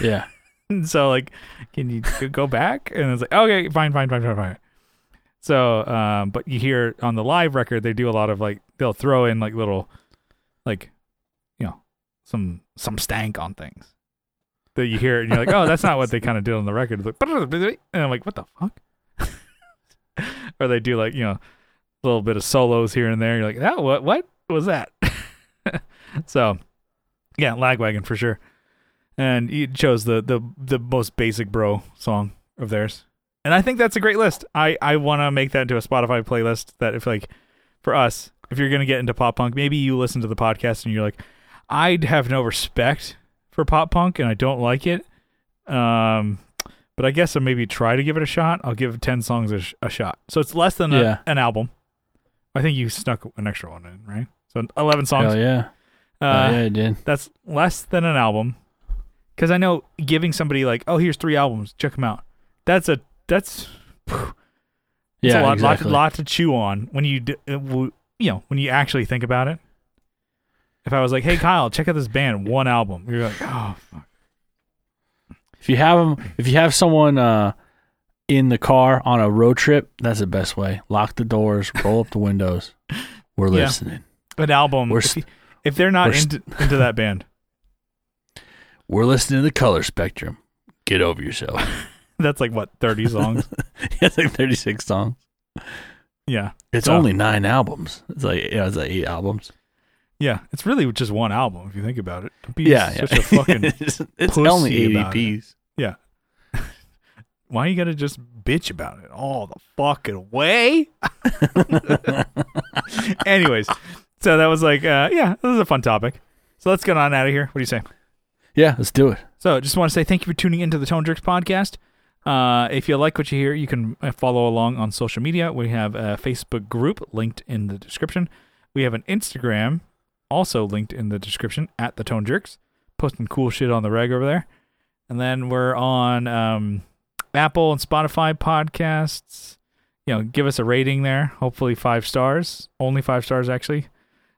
S2: Yeah.
S1: And so like, can you g- go back? And it's like, okay, fine, fine, fine, fine, fine. So, um, but you hear on the live record, they do a lot of like they'll throw in like little, like, you know, some some stank on things that you hear, and you're like, oh, that's not what they kind of did on the record. It's like, and I'm like, what the fuck? or they do like you know, a little bit of solos here and there. You're like, that what what was that? so, yeah, Lagwagon for sure and you chose the the the most basic bro song of theirs. And I think that's a great list. I I want to make that into a Spotify playlist that if like for us, if you're going to get into pop punk, maybe you listen to the podcast and you're like I have no respect for pop punk and I don't like it. Um but I guess I'll maybe try to give it a shot. I'll give 10 songs a, sh- a shot. So it's less than a,
S2: Yeah.
S1: an album. I think you snuck an extra one in, right? So 11 songs.
S2: Hell yeah.
S1: Uh,
S2: Hell yeah, it did.
S1: that's less than an album because i know giving somebody like oh here's three albums check them out that's a that's, phew, that's
S2: Yeah.
S1: a lot,
S2: exactly.
S1: lot lot to chew on when you d- uh, w- you know when you actually think about it if i was like hey kyle check out this band one album you're like oh fuck.
S2: If you have 'em- if you have someone uh, in the car on a road trip, that's the best way. Lock the doors, roll up the windows. We're
S1: Yeah.
S2: listening.
S1: an album
S2: We're
S1: if,
S2: st-
S1: you- if they're not
S2: we're st-
S1: into, into that band
S2: We're listening to the color spectrum. Get over yourself.
S1: that's like what 30 songs
S2: it's like 36 songs.
S1: yeah
S2: It's
S1: So-
S2: only nine albums. It's like yeah, it's like eight albums.
S1: yeah it's really just one album if you think about it Don't be
S2: Yeah,
S1: such
S2: yeah.
S1: a fucking
S2: it's it's
S1: pussy
S2: only eight E
S1: about it.
S2: EPs.
S1: why you gotta just bitch about it all the fucking way? Anyways, so that was like, uh, yeah, this is a fun topic. So let's get on out of here. What do you say?
S2: Yeah, let's do it.
S1: So just want to say thank you for tuning into the Tone Jerks podcast. Uh, if you like what you hear, you can uh, follow along on social media. We have a Facebook group linked in the description. We have an Instagram also linked in the description at the Tone Jerks, posting cool shit on the reg over there. And then we're on um, Apple and Spotify podcasts. You know, give us a rating there. Hopefully five stars, only five stars actually.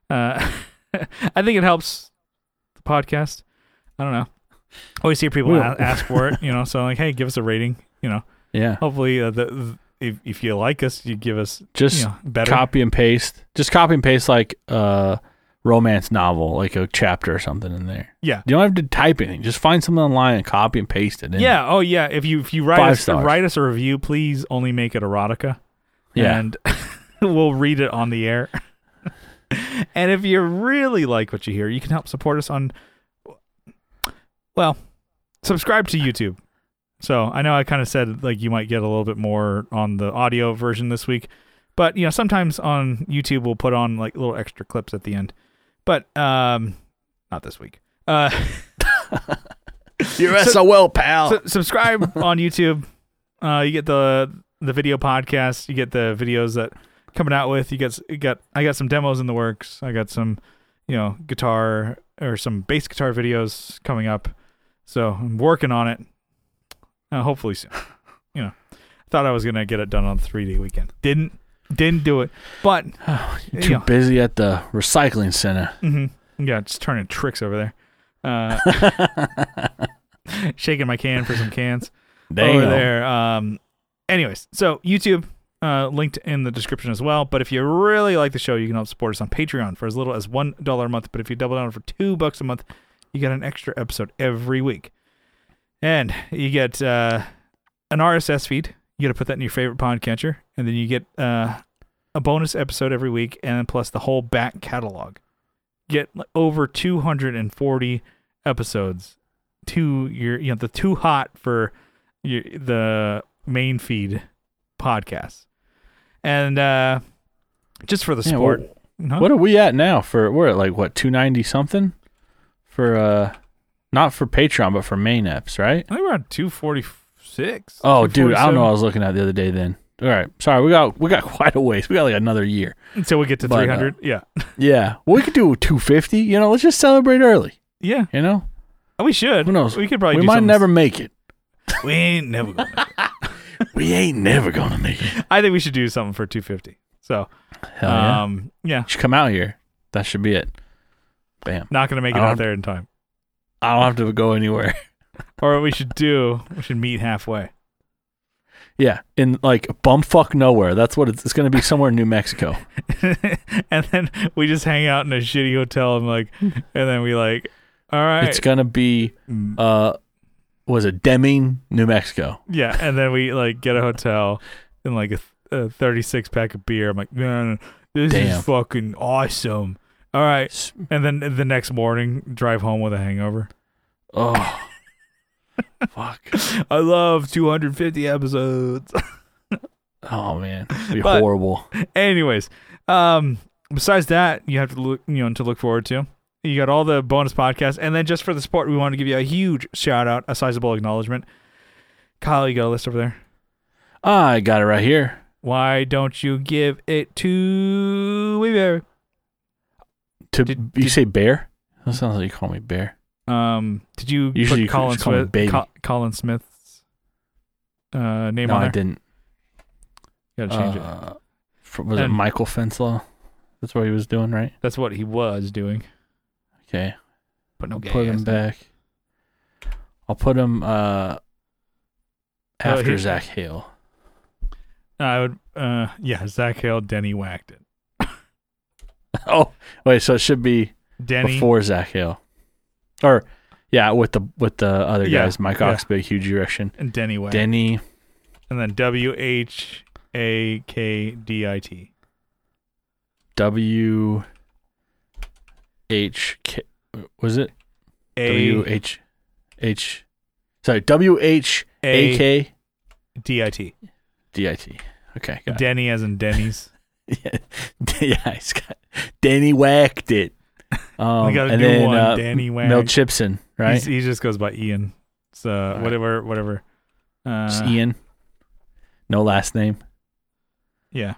S1: Uh, I think it helps the podcast. I don't know. Always hear people
S2: Well-
S1: a- ask for it, you know. So like, hey, give us a rating. You know,
S2: Yeah.
S1: hopefully uh, the, the if if you like us, you give us
S2: Just
S1: you know, better.
S2: copy and paste. Just copy and paste like a romance novel, like a chapter or something in there.
S1: Yeah.
S2: You don't have to type anything. Just find something online and copy and paste it in.
S1: Yeah. Oh yeah. If you if you write
S2: Five
S1: us
S2: stars.
S1: write us a review, please only make it erotica.
S2: Yeah.
S1: And we'll read it on the air. and if you really like what you hear, you can help support us on well, subscribe to YouTube. So I know I kind of said like you might get a little bit more on the audio version this week, but you know sometimes on YouTube we'll put on like little extra clips at the end, but um, not this week. Uh,
S2: You're SOL, pal.
S1: Su- subscribe on YouTube. Uh, you get the the video podcast. You get the videos that coming out with. You get s- you got I got some demos in the works. I got some you know guitar or some bass guitar videos coming up. So I'm working on it. Uh, hopefully soon. You know, thought I was gonna get it done on 3D weekend. Didn't didn't do it. But
S2: You're
S1: you
S2: too
S1: know.
S2: busy at the recycling center.
S1: hmm Yeah, just turning tricks over there. Uh, shaking my can for some cans
S2: There you
S1: over
S2: go.
S1: there. Um, anyways, so YouTube uh, linked in the description as well. But if you really like the show, you can help support us on Patreon for as little as one dollar a month. But if you double down for two bucks a month, you get an extra episode every week, and you get uh, an RSS feed. You got to put that in your favorite podcatcher, and then you get uh, a bonus episode every week, and plus the whole back catalog. Get like, over 240 episodes to your, you know, the too hot for your, the main feed podcast, and uh, just for the
S2: Yeah,
S1: sport.
S2: well,
S1: Huh?
S2: What are we at now? For we're at like what two ninety something for uh, not for Patreon, but for main apps, right?
S1: I think we're on 246.
S2: Oh, dude, I don't know. what I
S1: 247.
S2: was looking at the other day. Then all right, sorry, we got we got quite a ways. We got like another year.
S1: Until we get to
S2: But, uh,
S1: 300. yeah.
S2: Yeah, we could do two fifty. You know, let's just celebrate early.
S1: Yeah,
S2: You know,
S1: we should.
S2: who knows?
S1: We could probably.
S2: We
S1: do
S2: might
S1: something-
S2: never make it.
S1: We ain't never. Gonna make
S2: We ain't never gonna make it.
S1: it. I think we should do something for 250. So,
S2: Hell yeah.
S1: um, yeah,
S2: You should come out here. That should be it. Bam.
S1: not gonna make it
S2: I
S1: out
S2: don't-
S1: there in time.
S2: I don't have to go anywhere.
S1: Or what we should do, we should meet halfway.
S2: Yeah, in like bumfuck nowhere. That's what it's, it's going to be somewhere in New Mexico.
S1: and then we just hang out in a shitty hotel and like, and then we like, all right,
S2: It's going to be
S1: Mm.
S2: uh was it Deming, New Mexico.
S1: yeah, and then we like get a hotel and like a, a thirty-six pack of beer. I'm like, man, this
S2: Damn.
S1: is fucking awesome. All right,
S2: S-
S1: and then the next morning, drive home with a hangover.
S2: Oh. Fuck.
S1: I love 250 episodes.
S2: Oh man. It'd be
S1: But-
S2: horrible.
S1: Anyways, um, besides that, you have to look, you know, to look forward to. You got all the bonus podcasts, and then just for the sport, we want to give you a huge shout out, a sizable acknowledgement. Kyle, you got a list over there.
S2: Ah, I got it right here.
S1: Why don't you give it to Weaver?
S2: To
S1: Did-
S2: you
S1: did-
S2: say bear? That sounds like you call me bear.
S1: Um, did you
S2: Usually you
S1: put Colin
S2: just call me
S1: Smith,
S2: baby.
S1: Col- Colin Smith's uh, name
S2: No,
S1: on
S2: I
S1: there?
S2: didn't.
S1: Got to change it.
S2: Uh, fr- was it
S1: And-
S2: Michael Fenslaw? That's what he was doing, right?
S1: That's what he was doing.
S2: Okay.
S1: But no,
S2: I'll
S1: gay
S2: put
S1: ass
S2: him
S1: name.
S2: back. I'll put him
S1: Oh,
S2: uh after
S1: here-
S2: Zach Hale.
S1: I would. Uh, yeah, Zach Hale, Denny whacked it.
S2: Oh, wait, so it should be
S1: Denny.
S2: before Zach Hale, or yeah, with the with the other
S1: Yeah,
S2: guys, Mike
S1: yeah.
S2: Oxbig, huge erection,
S1: and Denny Wack.
S2: Denny.
S1: and then W H A K D I T.
S2: W H K was it W
S1: A
S2: H H sorry W H A
S1: A
S2: K
S1: D I T.
S2: D I T. Okay, got it.
S1: Denny as in Denny's.
S2: yeah, yeah, he's got Danny whacked it. Um,
S1: got a
S2: and
S1: new
S2: then
S1: one,
S2: uh,
S1: Danny
S2: Mel
S1: Wack.
S2: Chipson, right?
S1: He's, he just goes by Ian. So
S2: right.
S1: whatever, whatever. Uh,
S2: Just Ian, no last name.
S1: Yeah.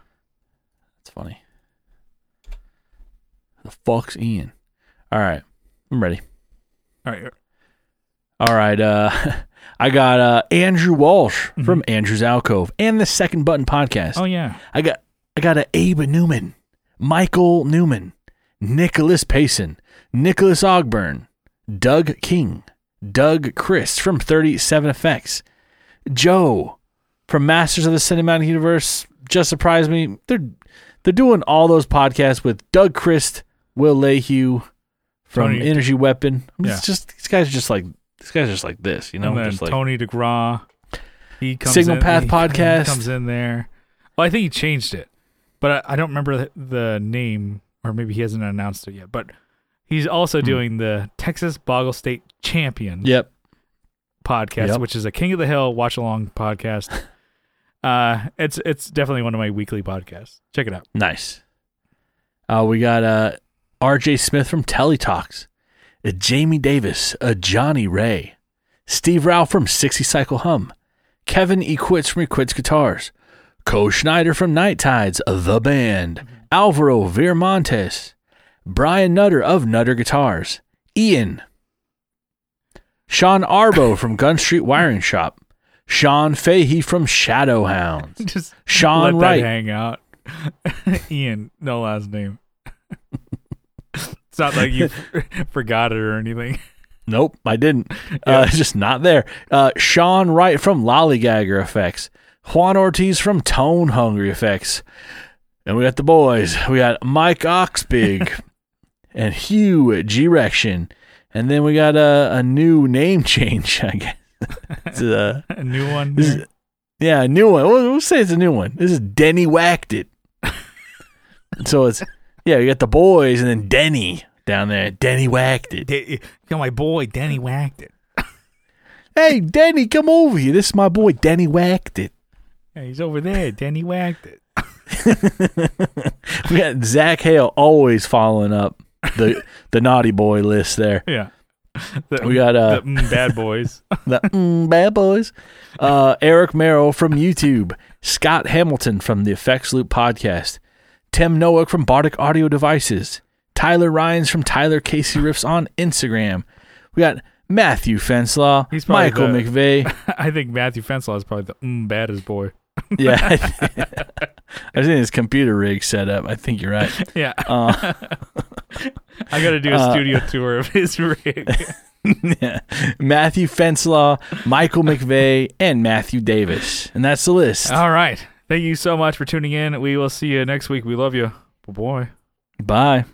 S2: That's funny. The fuck's Ian? All right, I'm ready.
S1: All right.
S2: All right, uh, I got uh, Andrew Walsh from Andrew's Alcove and the Second Button Podcast.
S1: Oh yeah.
S2: I got I got a Aba Newman, Michael Newman, Nicholas Payson, Nicholas Ogburn, Doug King, Doug Chris from 37 Effects, Joe from Masters of the Cinematic Universe. Just surprised me. They're they're doing all those podcasts with Doug Christ, Will Lehue from
S1: Tony-
S2: Energy Weapon. I'm
S1: Yeah.
S2: just, just these guys are just like these guys are just like this, you know,
S1: and then
S2: just like
S1: Tony DeGraw. He comes
S2: Signal
S1: in,
S2: Path
S1: he-
S2: Podcast.
S1: he comes in there. Well, I think he changed it, but I, I don't remember the, the name, or maybe he hasn't announced it yet. But he's also
S2: Hmm.
S1: doing the Texas Boggle State Champion.
S2: yep.
S1: podcast,
S2: Yep.
S1: which is a King of the Hill watch along podcast. uh, it's it's definitely one of my weekly podcasts. Check it out.
S2: Nice. Uh, we got uh, R.J. Smith from Teletalks, uh, Jamie Davis, uh, Johnny Ray, Steve Rao from 60 Cycle Hum, Kevin Equitz from Equitz Guitars, Co Schneider from Night Tides, uh, The Band, Alvaro Viramontes, Brian Nutter of Nutter Guitars, Ian, Sean Arbo from Gun Street Wiring Shop, Sean Fahey from Shadowhounds,
S1: Just
S2: Sean
S1: let
S2: Wright.
S1: that hang out. Ian, no last name. it's not like you forgot it or anything.
S2: Nope, I didn't. Uh, it's just not there. Uh, Sean Wright from Lollygagger Effects. Juan Ortiz from Tone Hungry Effects. And we got the boys. We got Mike Oxbig and Hugh G-Rection. And then we got a, a new name change, I guess. It's, uh,
S1: A new one.
S2: this is- yeah, a new one. We'll, we'll say it's a new one. This is Denny Whacked It. so it's, yeah, we got the boys and then Denny down there. Denny Whacked It.
S1: You know, my boy Danny whacked it.
S2: Hey, Danny, come over here. This is my boy, Danny Whacked It.
S1: Yeah, he's over there. Danny whacked it.
S2: We got Zach Hale always following up the the naughty boy list there.
S1: Yeah. The-
S2: We got, uh,
S1: the, mm, bad boys.
S2: The mm, bad boys. Uh, Eric Merrill from YouTube. Scott Hamilton from the Effects Loop podcast. Tim Noack from Bardic Audio Devices. Tyler Ryans from Tyler Casey Riffs on Instagram. We got Matthew Fenslaw,
S1: He's probably
S2: Michael
S1: the-
S2: McVeigh.
S1: I think Matthew Fenslaw is probably the mm, baddest boy.
S2: yeah, I think- I think his computer rig set up. I think you're right.
S1: Yeah,
S2: Uh,
S1: I got to do a
S2: Uh,
S1: studio tour of his rig.
S2: yeah. Matthew Fenslaw, Michael McVeigh, and Matthew Davis, and that's the list.
S1: All right. Thank you so much for tuning in. We will see you next week. We love you. Bye boy.
S2: Bye.